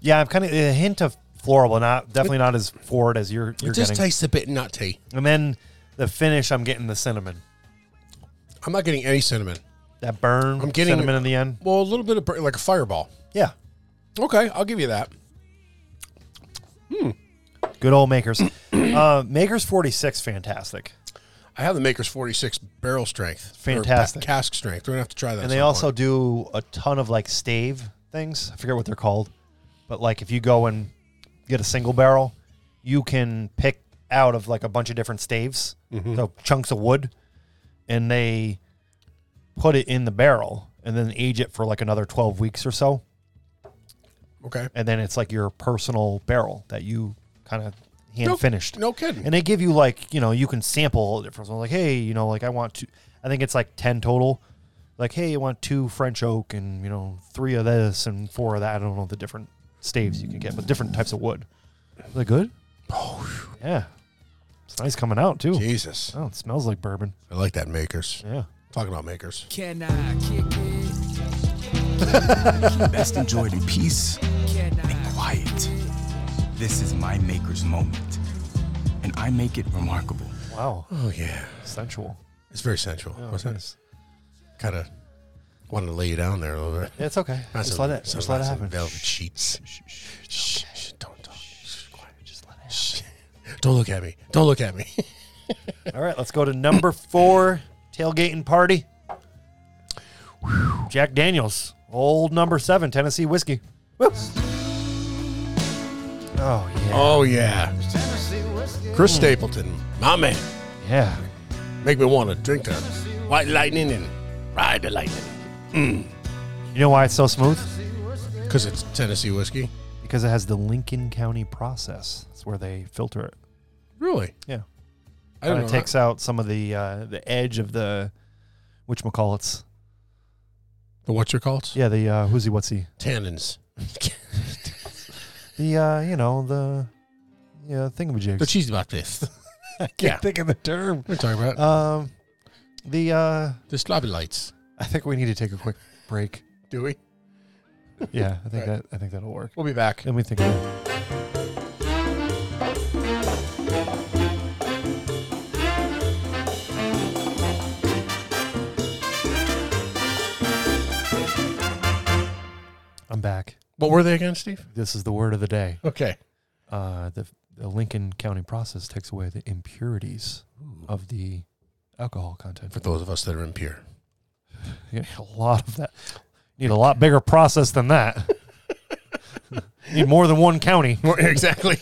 Yeah, I'm kind of a hint of floral, but not definitely not as forward as you're you're
it just
getting.
tastes a bit nutty.
and then the finish, I'm getting the cinnamon.
I'm not getting any cinnamon.
That burn.
I'm getting-
cinnamon in the end.
Well, a little bit of bur- like a fireball.
Yeah,
Okay, I'll give you that.
good old makers. uh, makers 46, fantastic.
I have the Maker's 46 barrel strength. or ba-
Fantastic.
cask strength. We're going to have to try that.
and they also do a ton of like stave things. I forget what they're called, but like if you go and get a single barrel, you can pick out of like a bunch of different staves, so chunks of wood, and they put it in the barrel and then age it for like another 12 weeks or so.
Okay.
And then it's like your personal barrel that you kind of hand
No-
finished.
No kidding.
And they give you like, you know, you can sample all the different ones. Like, hey, you know, like I want to, I think it's like 10 total. Like, hey, I want two French oak and, you know, three of this and four of that. I don't know the different staves you can get, but different types of wood. Is that good? Oh, yeah. It's nice coming out, too.
Jesus.
Oh, it smells like bourbon.
I like that Maker's.
Yeah.
Talking about Maker's.
Can I kick it?
best enjoyed in peace
Can I?
and quiet. This is my maker's moment, and I make it remarkable.
Wow.
Oh, yeah.
Sensual.
It's very sensual.
It's
wasn't it? Kind of wanted to lay you down there a little bit.
It's okay.
Not
just
some-
let it,
some-
just let it
not some
happen.
Velvet sheets. Shh, shh, Don't talk. Shh, quiet. Just let it happen. Don't look at me. Don't look at me.
All right, let's go to number four tailgating party. Jack Daniels, old number seven Tennessee whiskey. Woo. Oh yeah,
Oh yeah, Chris Stapleton, my man,
yeah.
make me want to drink the White Lightning and ride the Lightning
You know why it's so smooth?
because it's Tennessee whiskey.
Because it has the Lincoln County process. That's where they filter it.
Really?
Yeah,
I
and
don't
it takes out some of the uh, the edge of the which McCallits.
The what's your called?
Yeah, the uh, who's he? What's he?
Tannins.
The uh, you know the yeah thingamajigs.
the cheese about this.
I can't
yeah.
think of the term.
We're talking about
Um, the uh,
the Slavites.
I think we need to take a quick break.
Do we?
Yeah, I think
Right.
that I think that'll work.
We'll be back.
Let me think. Of it. I'm back.
What were they again, Steve?
This is the word of the day.
Okay.
Uh, the, the Lincoln County process takes away the impurities of the alcohol content.
For those of us that are impure.
You need a lot of that. Need a lot bigger process than that. Need more than one county.
exactly.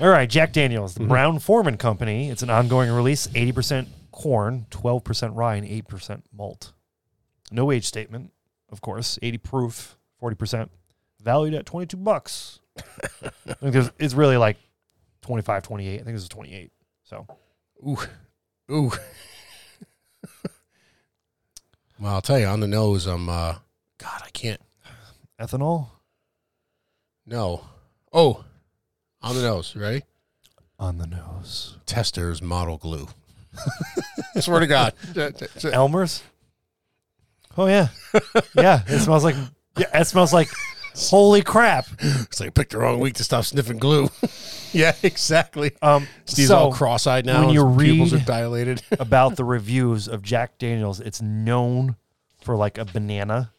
All right, Jack Daniels, the Brown Foreman Company. It's an ongoing release 80% corn, 12% rye, and 8% malt. No age statement, of course. 80 proof, 40%. Valued at 22 bucks. I think there's, it's really like 25, 28. I think this is 28. So,
Ooh. Ooh. well, I'll tell you, on the nose, I'm, uh, God, I can't.
ethanol
No. Oh, on the nose. You ready?
on the nose.
Tester's model glue. Swear to God.
Elmer's? Oh, yeah. Yeah, it smells like, yeah, it smells like, holy crap.
It's like I picked the wrong week to stop sniffing glue. yeah, exactly.
Um,
Steve's
so,
all cross-eyed now.
when
his
you
pupils are
read-
dilated.
about the reviews of Jack Daniels. It's known for like a banana.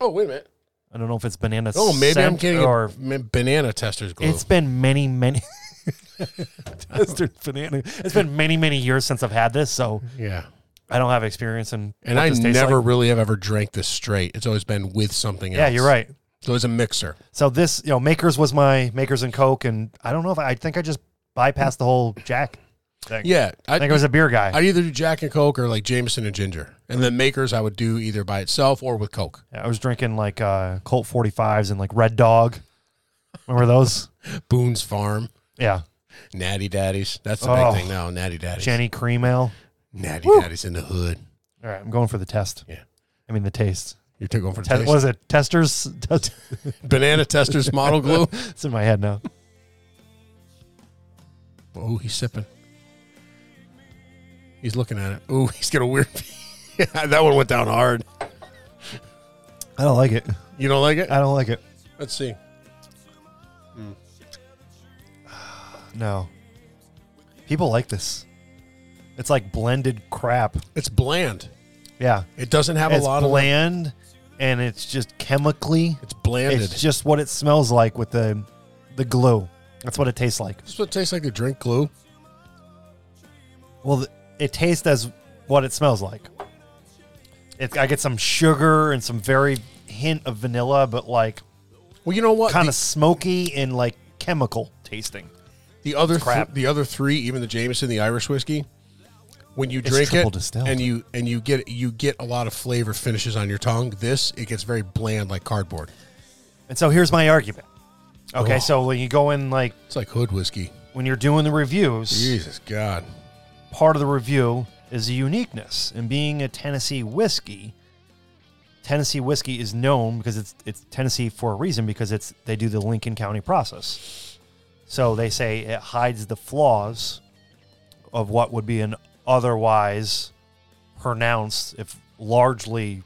oh, wait a minute.
I don't know if it's banana.
Oh, maybe I'm Oh.
scent
getting
Or
a ma- banana tester's glue.
it's been many, many. Tested banana. It's been many, many years since I've had this, so
yeah.
I don't have experience in.
And
what
I
this tastes
never
like.
really have ever drank this straight. It's always been with something
Yeah,
else.
you're right.
So it's a mixer.
So this, you know, Makers was my Makers and Coke, and I don't know if I, I think I just bypassed the whole Jack thing.
Yeah. I,
I think I was a beer guy.
I'd either do Jack and Coke or like Jameson and Ginger. And then makers I would do either by itself or with Coke.
I was drinking like uh, Colt 45s and like Red Dog. Remember those?
Boone's Farm,
Yeah.
Natty Daddies. That's the
Oh.
big thing now, Natty Daddies.
Jenny Cream Ale.
Natty Daddies in the hood.
All right, I'm going for the test.
Yeah.
I mean the taste.
You're taking over for
Te-
the
What
taste.
is it? Testers? Test-
banana tester's model glue.
it's in my head now.
Oh, he's sipping. He's looking at it. Oh, he's got a weird. yeah, that one went down hard.
I don't like it.
You don't like it?
I don't like it.
Let's see.
No. People like this. It's like blended crap.
It's bland.
Yeah.
It doesn't have
It's
a lot of.
bland and it's just chemically.
It's blanded.
It's just what it smells like with the the glue. That's what it tastes like.
This is what tastes like to drink glue.
Well, th- it tastes as what it smells like. It, I get some sugar and some very hint of vanilla, but like
Well, you know what?
kind
The-
of smoky and like chemical tasting.
The other
It's crap.
th- the other three, even the Jameson, the Irish whiskey, when you
It's
drink
triple
it
distilled.
and you and you get you get a lot of flavor finishes on your tongue. This it gets very bland like cardboard.
And so here's my argument. Okay,
Oh.
so when you go in like
It's like hood whiskey.
when you're doing the reviews,
Jesus God.
part of the review is the uniqueness. And being a Tennessee whiskey, Tennessee whiskey is known because it's it's Tennessee for a reason because it's they do the Lincoln County process. So they say it hides the flaws of what would be an otherwise pronounced if largely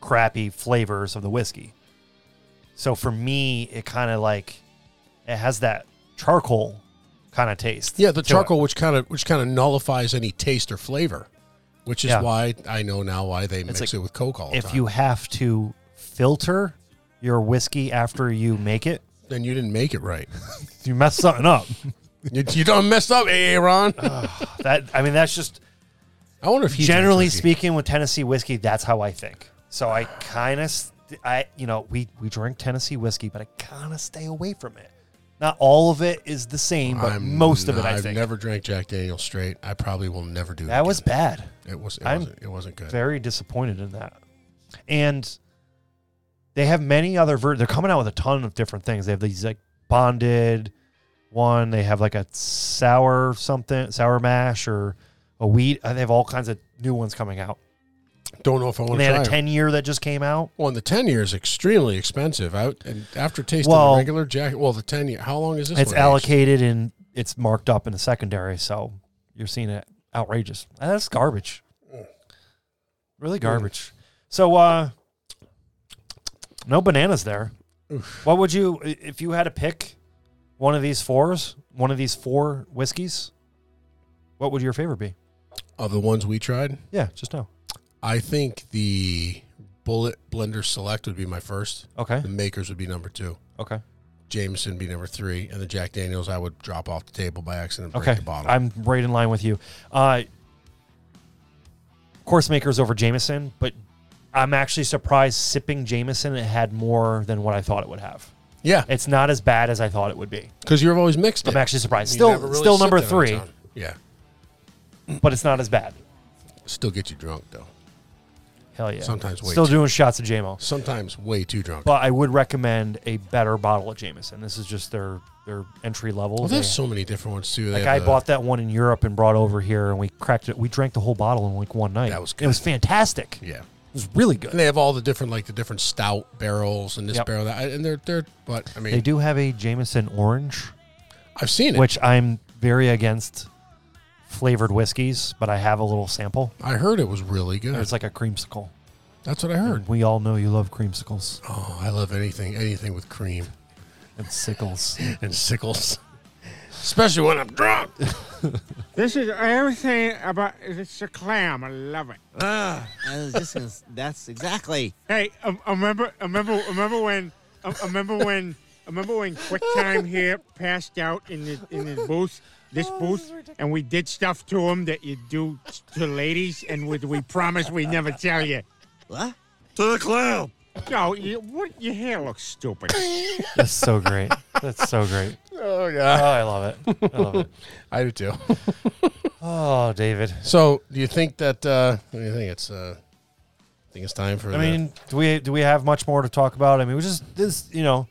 crappy flavors of the whiskey. So for me, it kind of like it has that charcoal kind of taste.
Yeah, the
to it.
charcoal, which kind of which kind of nullifies any taste or flavor, which is
Yeah.
why I know now why they mix
like
it with Coke all the
if
time.
you have to filter your whiskey after you make it,
then you didn't make it right.
you mess something up.
you, you done messed up, Aaron.
Uh, that I mean, that's just
I wonder if he drinks
generally
whiskey.
speaking with Tennessee whiskey. That's how I think. So I kind of, st- I you know, we we drink Tennessee whiskey, but I kind of stay away from it. Not all of it is the same, but
I'm
most of it
not-
I
I've
think
never drank Jack Daniel's straight. I probably will never do
that was
again.
bad.
It was. It
I'm
wasn't, it wasn't good.
Very disappointed in that, and they have many other. Ver- they're coming out with a ton of different things. They have these like bonded one. They have like a sour something, sour mash or a wheat. Uh, They have all kinds of new ones coming out.
Don't know if I want
they
to
had a
try it.
10 year that just came out.
Well, and the ten year is extremely expensive. Out and after tasting
Well-
the regular jacket. Well, the ten year. How long is this?
It's
one aged?
allocated and it's marked up in the secondary. So you're seeing it outrageous. And That's garbage. Really garbage. So, uh, no bananas there. What would you, i- if you had to pick one of these fours, one of these four whiskeys, what would your favorite be?
of the ones we tried.
Yeah, just now.
I think the Bullet Blender Select would be my first.
Okay.
The Makers would be number two.
Okay.
Jameson would be number three, and the Jack Daniels I would drop off the table by accident, and break
Okay.
the bottle.
I'm right in line with you. Uh, course makers over Jameson, but I'm actually surprised sipping Jameson it had more than what I thought it would have.
yeah,
It's not as bad as I thought it would be.
because you've always mixed it.
I'm actually surprised.
You
Still,
never really
still
sipped
number
it on
three,
its own. Yeah,
but it's not as bad.
still get you drunk though.
Hell yeah.
Sometimes way
still
too-
doing shots of JMO.
Sometimes way too drunk.
But I would recommend a better bottle of Jameson. This is just their their entry level.
well, there's
They-
so many different ones too. They
Like
have
I
the-
bought that one in Europe and brought over here, and we cracked it. We drank the whole bottle in like one night.
That was
It
good.
was fantastic. It
Yeah,
was really
and
good.
they have all the different like the different stout barrels and this
Yep.
barrel that, and they're they're. But I mean,
They do have a Jameson orange,
I've seen it.
which I'm very against flavored whiskeys, but I have a little sample.
I heard it was really good.
It's like a creamsicle.
That's what I heard.
We all know you love creamsicles
Oh, I love anything, anything with cream
and sickles.
and sickles, especially when I'm drunk.
This is everything about. It's a clam. I love it.
I was just gonna, that's exactly.
Hey, um, I remember, I remember, I remember when, I I remember when, I remember when QuickTime here passed out in the in the booth, this booth, and we did stuff to him that you do to ladies, and we, we promise we never tell you.
What?
No, you, what? Your hair looks stupid.
That's so great. That's so great.
Oh
Oh,
god,
I love it. I love it.
I do too.
Oh, David.
So, do you think that? Uh, what do you think it's? Uh, I think it's time for.
I mean, do we do we have much more to talk about? I mean, it was just this, you know,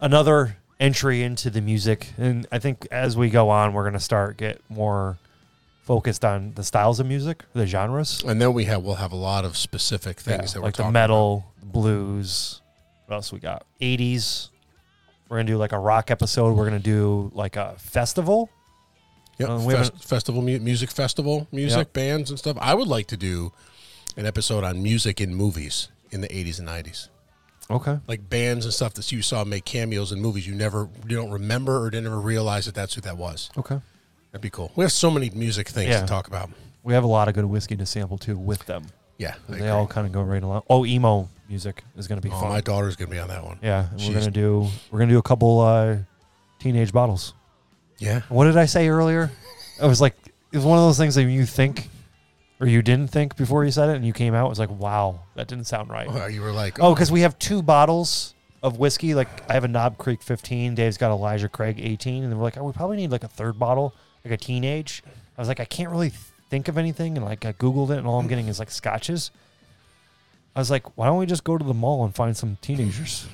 another entry into the music, and I think as we go on, we're gonna start get more focused on the styles of music, the genres,
the- and then we have we'll have a lot of specific things that we're
like the
talking
metal, blues. What else we got? Eighties. We're gonna do like a rock episode. We're gonna do like a festival.
Yep.
Uh, we
Fes-
haven't-
festival mu- music, festival music,
Yep.
bands and stuff. I would like to do an episode on music in movies in the 80s and 90s.
Okay.
Like bands and stuff that you saw make cameos in movies you never you don't remember or didn't ever realize that that's who that was.
Okay.
That'd be cool. We have so many music things
Yeah.
to talk about.
We have a lot of good whiskey to sample too with them.
Yeah. I
They
agree.
all kind of go right along. Oh, emo music is gonna be
Oh,
fun.
my daughter's going to be on that one.
Yeah, and
She's-
we're gonna do we're gonna do a couple uh, teenage bottles.
Yeah.
What did I say earlier? It was like it was one of those things that you think or you didn't think before you said it, and you came out it was like, wow, that didn't sound right.
Oh, you were like,
Oh, because we have two bottles of whiskey. Like I have a Knob Creek 15. Dave's got Elijah Craig 18, and we're like, oh, we probably need like a third bottle, like a teenage. I was like, I can't really think of anything, and like I googled it, and all I'm getting is like scotches. I was like, why don't we just go to the mall and find some teenagers?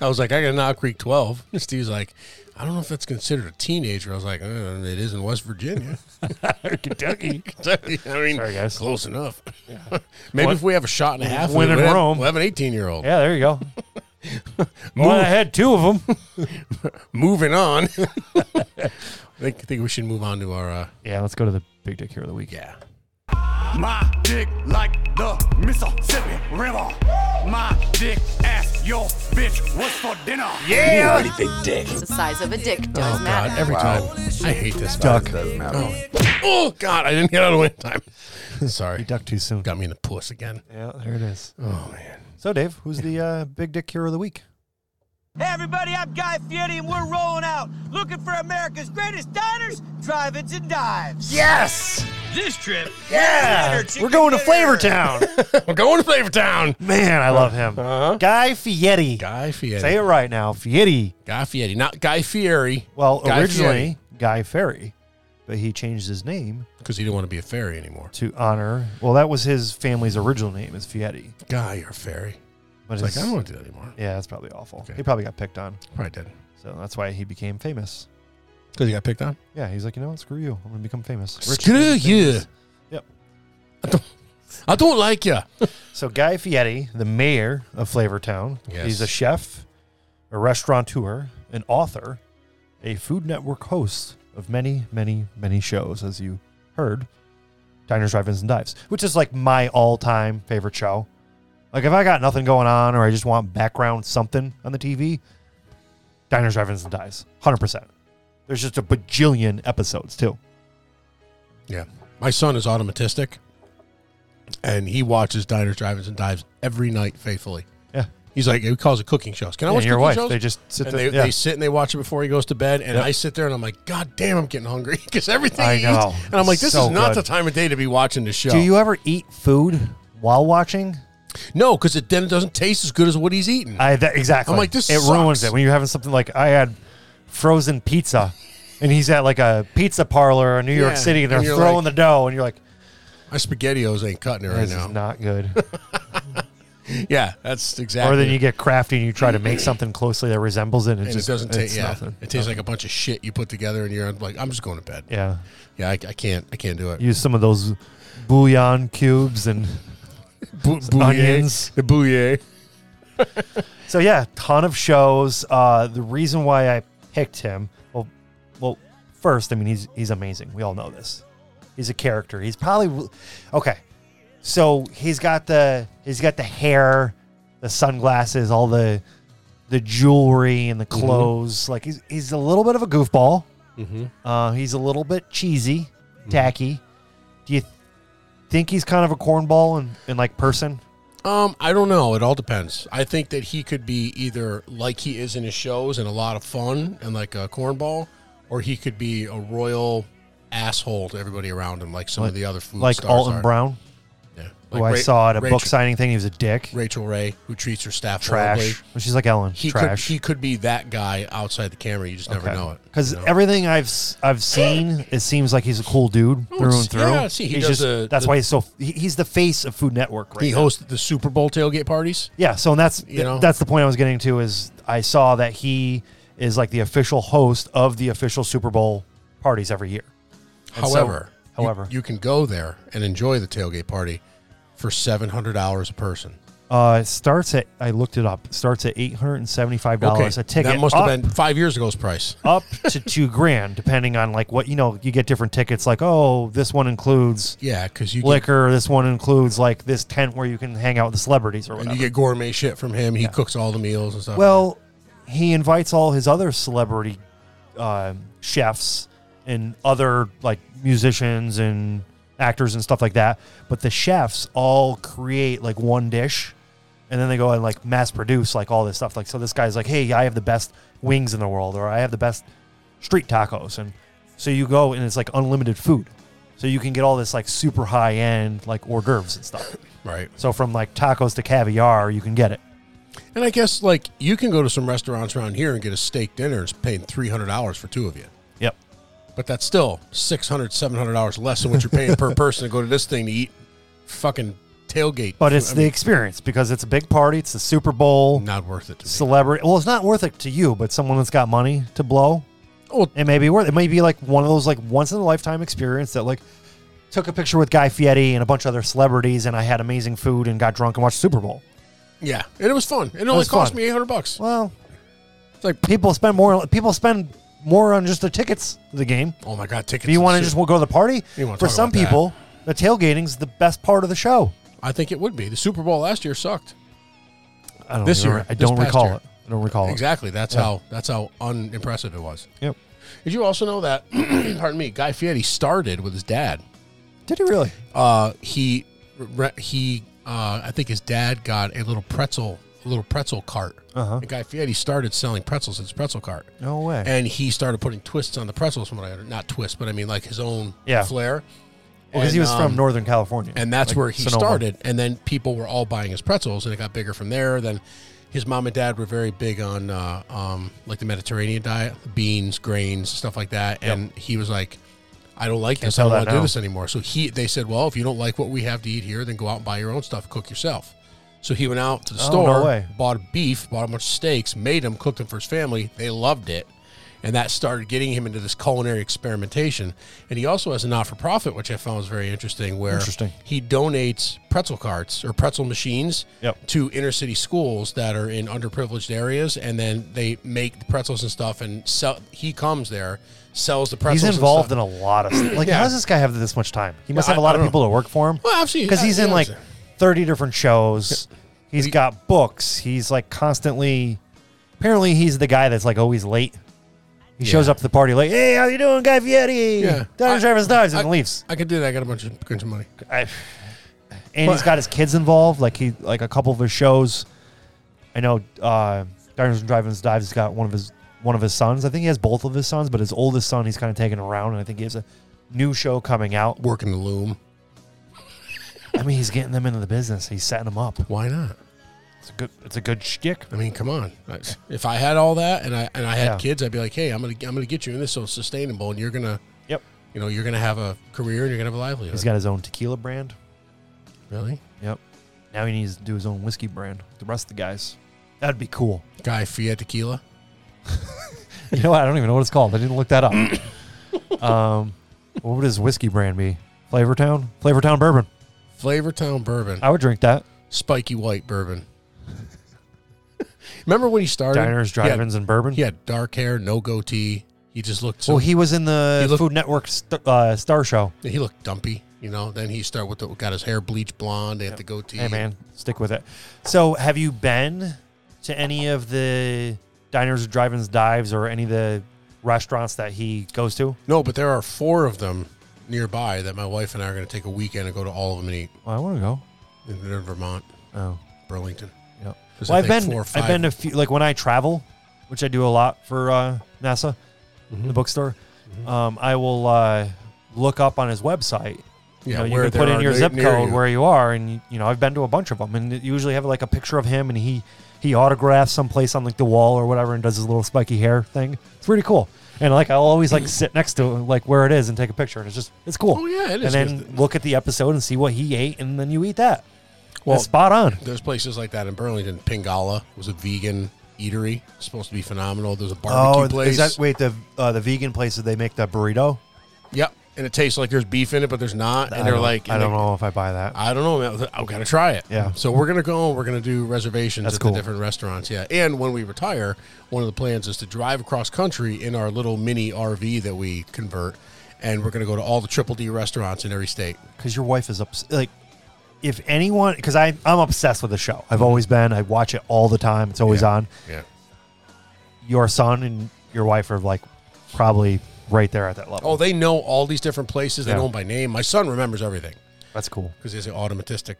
I was like, I got an Knob Creek 12. And Steve's like, I don't know if that's considered a teenager. I was like, uh, it is in West Virginia.
Kentucky.
Kentucky. I mean,
Sorry, guys.
close enough. Maybe if we have a shot and a half,
Win
we'll
in
have-
Rome.
We'll have an 18 year old.
Yeah, there you go. well, I had two of them.
Moving on. I think, I think we should move on to our. Uh,
Yeah, let's go to the big dick here of the week.
yeah.
My dick like the Mississippi River. My dick ass your bitch what's for dinner. Yeah. big dick.
The size of a dick does
Oh, God.
matter.
Every time. I hate this.
Duck.
Doesn't matter.
Oh. Oh, God. I didn't get out of wind time. Sorry.
Duck too soon.
Got me in the puss again.
Yeah, there it is.
Oh, man.
So, Dave, who's the uh, big dick hero of the week?
Hey everybody, I'm Guy Fieri, and we're rolling out looking for America's greatest diners, drive-ins, and dives.
Yes.
This trip,
Yeah,
Dinner,
we're going to
chicken dinner.
Flavortown.
We're going to Flavor Town.
Man, I love him.
Uh-huh.
Guy Fieri.
Guy Fieri.
Say it right now, Fieri.
Guy Fieri. Not Guy Fieri.
Well,
Guy
originally Guy Ferry, but he changed his name
Because he didn't want to be a fairy anymore.
to honor. Well, that was his family's original name is Fieri.
Guy or fairy.
But
It's like, I
his-
don't want to do that anymore.
yeah, that's probably awful.
Okay.
He probably got picked on,
Probably did.
so that's why he became famous.
Because he got picked on?
Yeah, he's like, you know what? Screw you. I'm gonna become famous. Rich
Screw
and
you.
famous. Yep.
I don't like you.
So Guy Fieri, the mayor of Flavortown,
Yes.
he's a chef, a restaurateur, an author, a Food Network host of many, many, many shows, as you heard. Diners, Drive-Ins, and Dives, which is like my all-time favorite show. Like if I got nothing going on or I just want background something on the TV, Diners, Drive-Ins, and Dives, hundred percent. There's just a bajillion episodes too.
Yeah. My son is automatistic, and he watches Diners, Drive-Ins, and Dives every night faithfully.
Yeah.
He's like, he calls it cooking shows. Can I watch
and your
cooking
wife,
shows?
they just sit
and
there.
they,
yeah.
they sit and they watch it before he goes to bed, and
Yep.
I sit there and I'm like, God damn, I'm getting hungry because everything
I
he
know.
eats- and I'm like, this
So
is not
good.
the time of day to be watching the show.
Do you ever eat food while watching?
No, because it then doesn't taste as good as what he's eating.
I that, exactly.
I'm like, this
It
sucks.
ruins it when you're having something like I had frozen pizza, and he's at like a pizza parlor in New York
Yeah,
City, and they're
and you're
throwing
like-
the dough, and you're like,
My spaghettios ain't cutting it right
this
now.
is not good.
yeah, that's exactly.
or then you get crafty and you try to make something closely that resembles it, and,
and
just,
it doesn't
it's
taste. Yeah,
nothing.
it tastes like a bunch of shit you put together, and you're like, I'm just going to bed. Yeah,
Yeah,
I, I can't. I can't do it.
use some of those bouillon cubes and.
Bou- bouillet.
onions.
The bouillet.
So yeah, ton of shows. Uh, the reason why I picked him, well, well, first, I mean he's he's amazing. We all know this. He's a character. He's probably okay. So he's got the he's got the hair, the sunglasses, all the the jewelry and the clothes. Like he's he's a little bit of a goofball. Uh, he's a little bit cheesy, tacky. Do you think he's kind of a cornball in, in like person?
Um, I don't know. It all depends. I think that he could be either like he is in his shows and a lot of fun and like a cornball, or he could be a royal asshole to everybody around him, like some of the other food
like
stars
Alton
are.
Brown?
Yeah.
who
Like
Oh, I
Ra-
saw at a
Rachel-
book signing thing. He was a dick,
Rachel Ray, who treats her staff horribly.
trash. Well, she's like Ellen,
He
trash.
could he could be that guy outside the camera. You just never know it
Because
you know?
everything I've s- I've seen, it seems like he's a cool dude through
Oh, it's-
and through.
yeah, see, he
he's
does
just
a-
that's
the-
why he's so he, he's the face of Food Network right
he
now.
hosted the Super Bowl tailgate parties.
Yeah, so and that's
You know?
that's the point I was getting to is I saw that he is like the official host of the official Super Bowl parties every year. And so-
However, you-
however,
you, can go there and enjoy the tailgate party for seven hundred dollars a person.
uh, it starts at I looked it up. It starts at eight hundred and seventy five dollars a ticket. Uh,
That must
up
have been five years ago's price.
up to two grand, depending on like what you know. You get different tickets. Like, oh, this one includes
Yeah, because you get,
liquor. This one includes like this tent where you can hang out with the celebrities or
and
whatever.
you get gourmet shit from him. He cooks all the meals and stuff.
well, he invites all his other celebrity um chefs and other like musicians and actors and stuff like that. But the chefs all create like one dish. And then they go and like mass produce like all this stuff. Like so, this guy's like, "Hey, I have the best wings in the world, or I have the best street tacos and so you go and it's like unlimited food so you can get all this like super high end like hors d'oeuvres and stuff
right.
so from like tacos to caviar you can get it
And I guess like you can go to some restaurants around here and get a steak dinner. It's paying three hundred dollars for two of you.
yep
But that's still $600, $700 less than what you're paying per person to go to this thing to eat fucking tailgate.
but it's
I
the
mean,
experience because it's a big party it's the super bowl
not worth it to me.
celebrity well it's not worth it to you but someone that's got money to blow
Well-
it may be worth it may be like one of those like once in a lifetime experience that like took a picture with guy fieri and a bunch of other celebrities and i had amazing food and got drunk and watched super bowl
yeah. And it was fun. It only
was
cost
fun.
me 800 bucks.
well
It's like,
people spend more people spend more on just the tickets to the game
oh my God, tickets.
If you
and
want to
shit.
just go to the party,
You wanna
for
talk
some
about that.
people, the tailgating's the best part of the show.
I think it would be. The Super Bowl last year sucked.
I don't
This
even-
year,
I
this
don't
past
recall
year.
it. I don't recall
Exactly. That's how that's how unimpressive it was.
it. Yep.
Did you also know that, pardon me, Guy Fieri started with his dad?
Did he really?
uh, he re- he uh, I think his dad got a little pretzel a little pretzel cart.
Uh-huh.
The guy Fieri started selling pretzels in his pretzel cart.
No way.
And he started putting twists on the pretzels from what I heard. Not twists, but I mean like his own
Yeah.
flair.
Because he
And,
was from
um,
Northern California,
and that's
like
where he
Sonoma.
started. And then people were all buying his pretzels, and it got bigger from there. Then his mom and dad were very big on uh, um, like the Mediterranean diet, beans, grains, stuff like that. And he was like, "I don't like this. I
tell
don't
that
want to do
now."
this anymore." So he, they said, "Well, if you don't like what we have to eat here, then go out and buy your own stuff, cook yourself." So he went out to the
Oh, no
store,
way.
bought beef, bought a bunch of steaks, made them, cooked them for his family. They loved it. And that started getting him into this culinary experimentation. And he also has a not for profit, which I found was very interesting, where
Interesting.
he donates pretzel carts or pretzel machines
Yep.
to inner city schools that are in underprivileged areas. And then they make the pretzels and stuff and sell. He comes there, sells the pretzels.
He's
and
involved
stuff.
in a lot of stuff. Like,
Yeah.
how does this guy have this much time? He must
Yeah,
have a
I-
lot
I
of
don't
people that work for him.
Well, absolutely.
Because he's
Yeah,
in like
yeah.
30 different shows. He's got books. He's like constantly. Apparently, he's the guy that's like always late. He shows
Yeah.
up to the party late. Hey, how you doing, Guy Fieri?
Yeah.
Diner
I-
Travis dies
I,
and leaves.
I could do that. I got a bunch of, bunch of money.
I, and he's got his kids involved. Like he, like a couple of his shows. I know uh, Diners and Drive-ins Dives has got one of his one of his sons. I think he has both of his sons, but his oldest son he's kind of taking around, and I think he has a new show coming out.
Working the loom.
I mean, he's getting them into the business. He's setting them up.
Why not?
It's a good. It's a good shtick.
I mean, come on. I- If I had all that and I and I had
Yeah.
kids, I'd be like, hey, I'm gonna I'm gonna get you in this so it's sustainable, and you're gonna
Yep.
you know you're gonna have a career and you're gonna have a livelihood.
He's got his own tequila brand.
really
Yep. Now he needs to do his own whiskey brand. with The rest of the guys. That'd be cool.
guy Fiat Tequila.
You know what? I don't even know what it's called. I didn't look that up. um, what would his whiskey brand be? Flavortown. Flavortown bourbon.
Flavortown bourbon,
I would drink that.
spiky white bourbon. Remember when he started?
Diners, drive-ins, and bourbon.
He had, he had dark hair, no goatee. He just looked so
well, he was in the
He looked-
Food Network st- uh, Star Show.
he looked dumpy, you know. Then he started with the, got his hair bleached blonde. They had the goatee.
Hey, man, stick with it. So, have you been to any of the diners, drive-ins, dives, or any of the restaurants that he goes to?
No, but there are four of them nearby that my wife and I are going to take a weekend and go to all of them and eat.
I want to go.
in in Vermont,
Oh,
Burlington.
yeah.
There's,
Well,
I
I've
think,
been.
four or
I've
five.
been to few, like when I travel, which I do a lot for uh, NASA,
Mm-hmm.
the bookstore. Um, I will uh, look up on his website
Yeah,
you know,
where
you can
there
put in
are
your
near-
zip
near
code
you.
where you are, and you, you know I've been to a bunch of them, and it usually have like a picture of him, and he he autographs someplace on like the wall or whatever, and does his little spiky hair thing. It's pretty cool, and like I'll always like sit next to like where it is and take a picture, and it's just it's cool.
Oh, yeah, it is.
And then look at the episode and see what he ate, and then you eat that. Well,
Well-
That's spot on.
There's places like that in Burlington. Pingala was a vegan eatery. It's supposed to be phenomenal. There's a
Oh,
barbecue place.
wait the uh, the vegan place that they make the burrito?
Yep. And it tastes like there's beef in it, but there's not. And they're like,
I
and
don't
they-
know if I buy that.
I don't know. man. I'm gonna try it.
Yeah.
So we're gonna go and we're gonna do reservations
That's
at
cool.
the different restaurants. Yeah. And when we retire, one of the plans is to drive across country in our little mini RV that we convert, and we're gonna go to all the triple D restaurants in every state.
because your wife is ups- like if anyone because i i'm obsessed with the show i've always been i watch it all the time it's always
Mm-hmm. Yeah.
on
Yeah.
your son and your wife are like probably right there at that level
Oh, they know all these different places. They
Yeah.
know them by name. My son remembers everything
that's cool
because he's an automatistic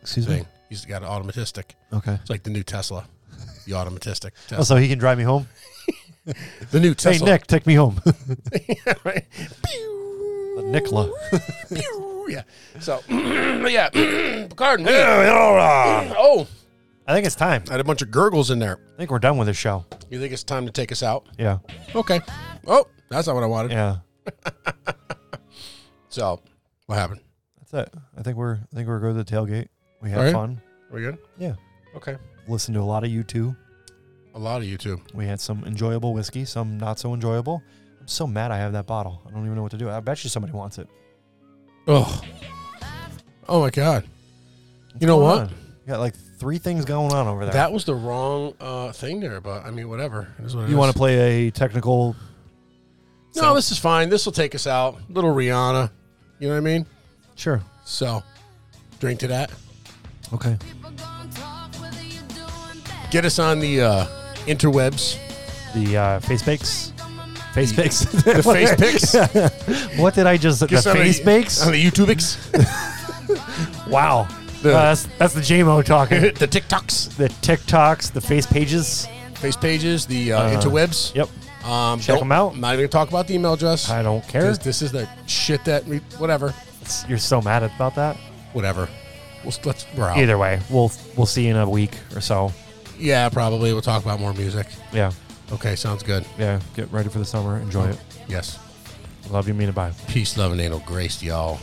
excuse
thing. He's got an automatistic.
okay
It's like the new Tesla, the automatistic.
oh,
Tesla.
so he can drive me home
The new
hey
Tesla.
nick take me home
Nick. right?
nicola
Pew. yeah. So, yeah. Picard. we- oh,
i think it's time
I had a bunch of gurgles in there.
i think we're done with this show
You think it's time to take us out?
yeah
Okay. Oh, that's not what I wanted.
yeah
So, what happened?
that's it i think we're i think we're good to the tailgate we had
All right.
fun
We good?
yeah
Okay.
listened to a lot of u2
A lot of YouTube.
We had some enjoyable whiskey, some not so enjoyable. I'm so mad I have that bottle. I don't even know what to do. I bet you somebody wants it.
Oh. Oh my God.
What's
You know
going
what?
on? You got like three things going on over there.
That was the wrong uh, thing there, but I mean, whatever. It is what it
you want
is.
to play a technical?
No, this is fine. This will take us out. Little Rihanna. You know what I mean?
Sure.
So, drink to that.
Okay.
Get us on the uh, interwebs,
The uh, face bakes. Face bakes.
the face pics.
what did I just?
Get us
the
on
face bakes.
On the YouTubics,
wow.
The-
Uh, that's that's the JMO talking.
the TikToks,
the TikToks, the face pages.
face pages, the uh, interwebs.
Uh-huh. Yep.
Um,
Check
don't-
'em out.
I'm not even going to talk about the email address.
I don't care.
'cause This is the shit that we, whatever.
You're so mad about that.
Whatever. We'll, let's, we're out.
Either way, we'll we'll see you in a week or so.
Yeah, probably. We'll talk about more music.
Yeah.
Okay, sounds good.
Yeah. Get ready for the summer. Enjoy it.
Yes.
Love you. Mean it. Bye.
Peace, love, and anal grace, y'all.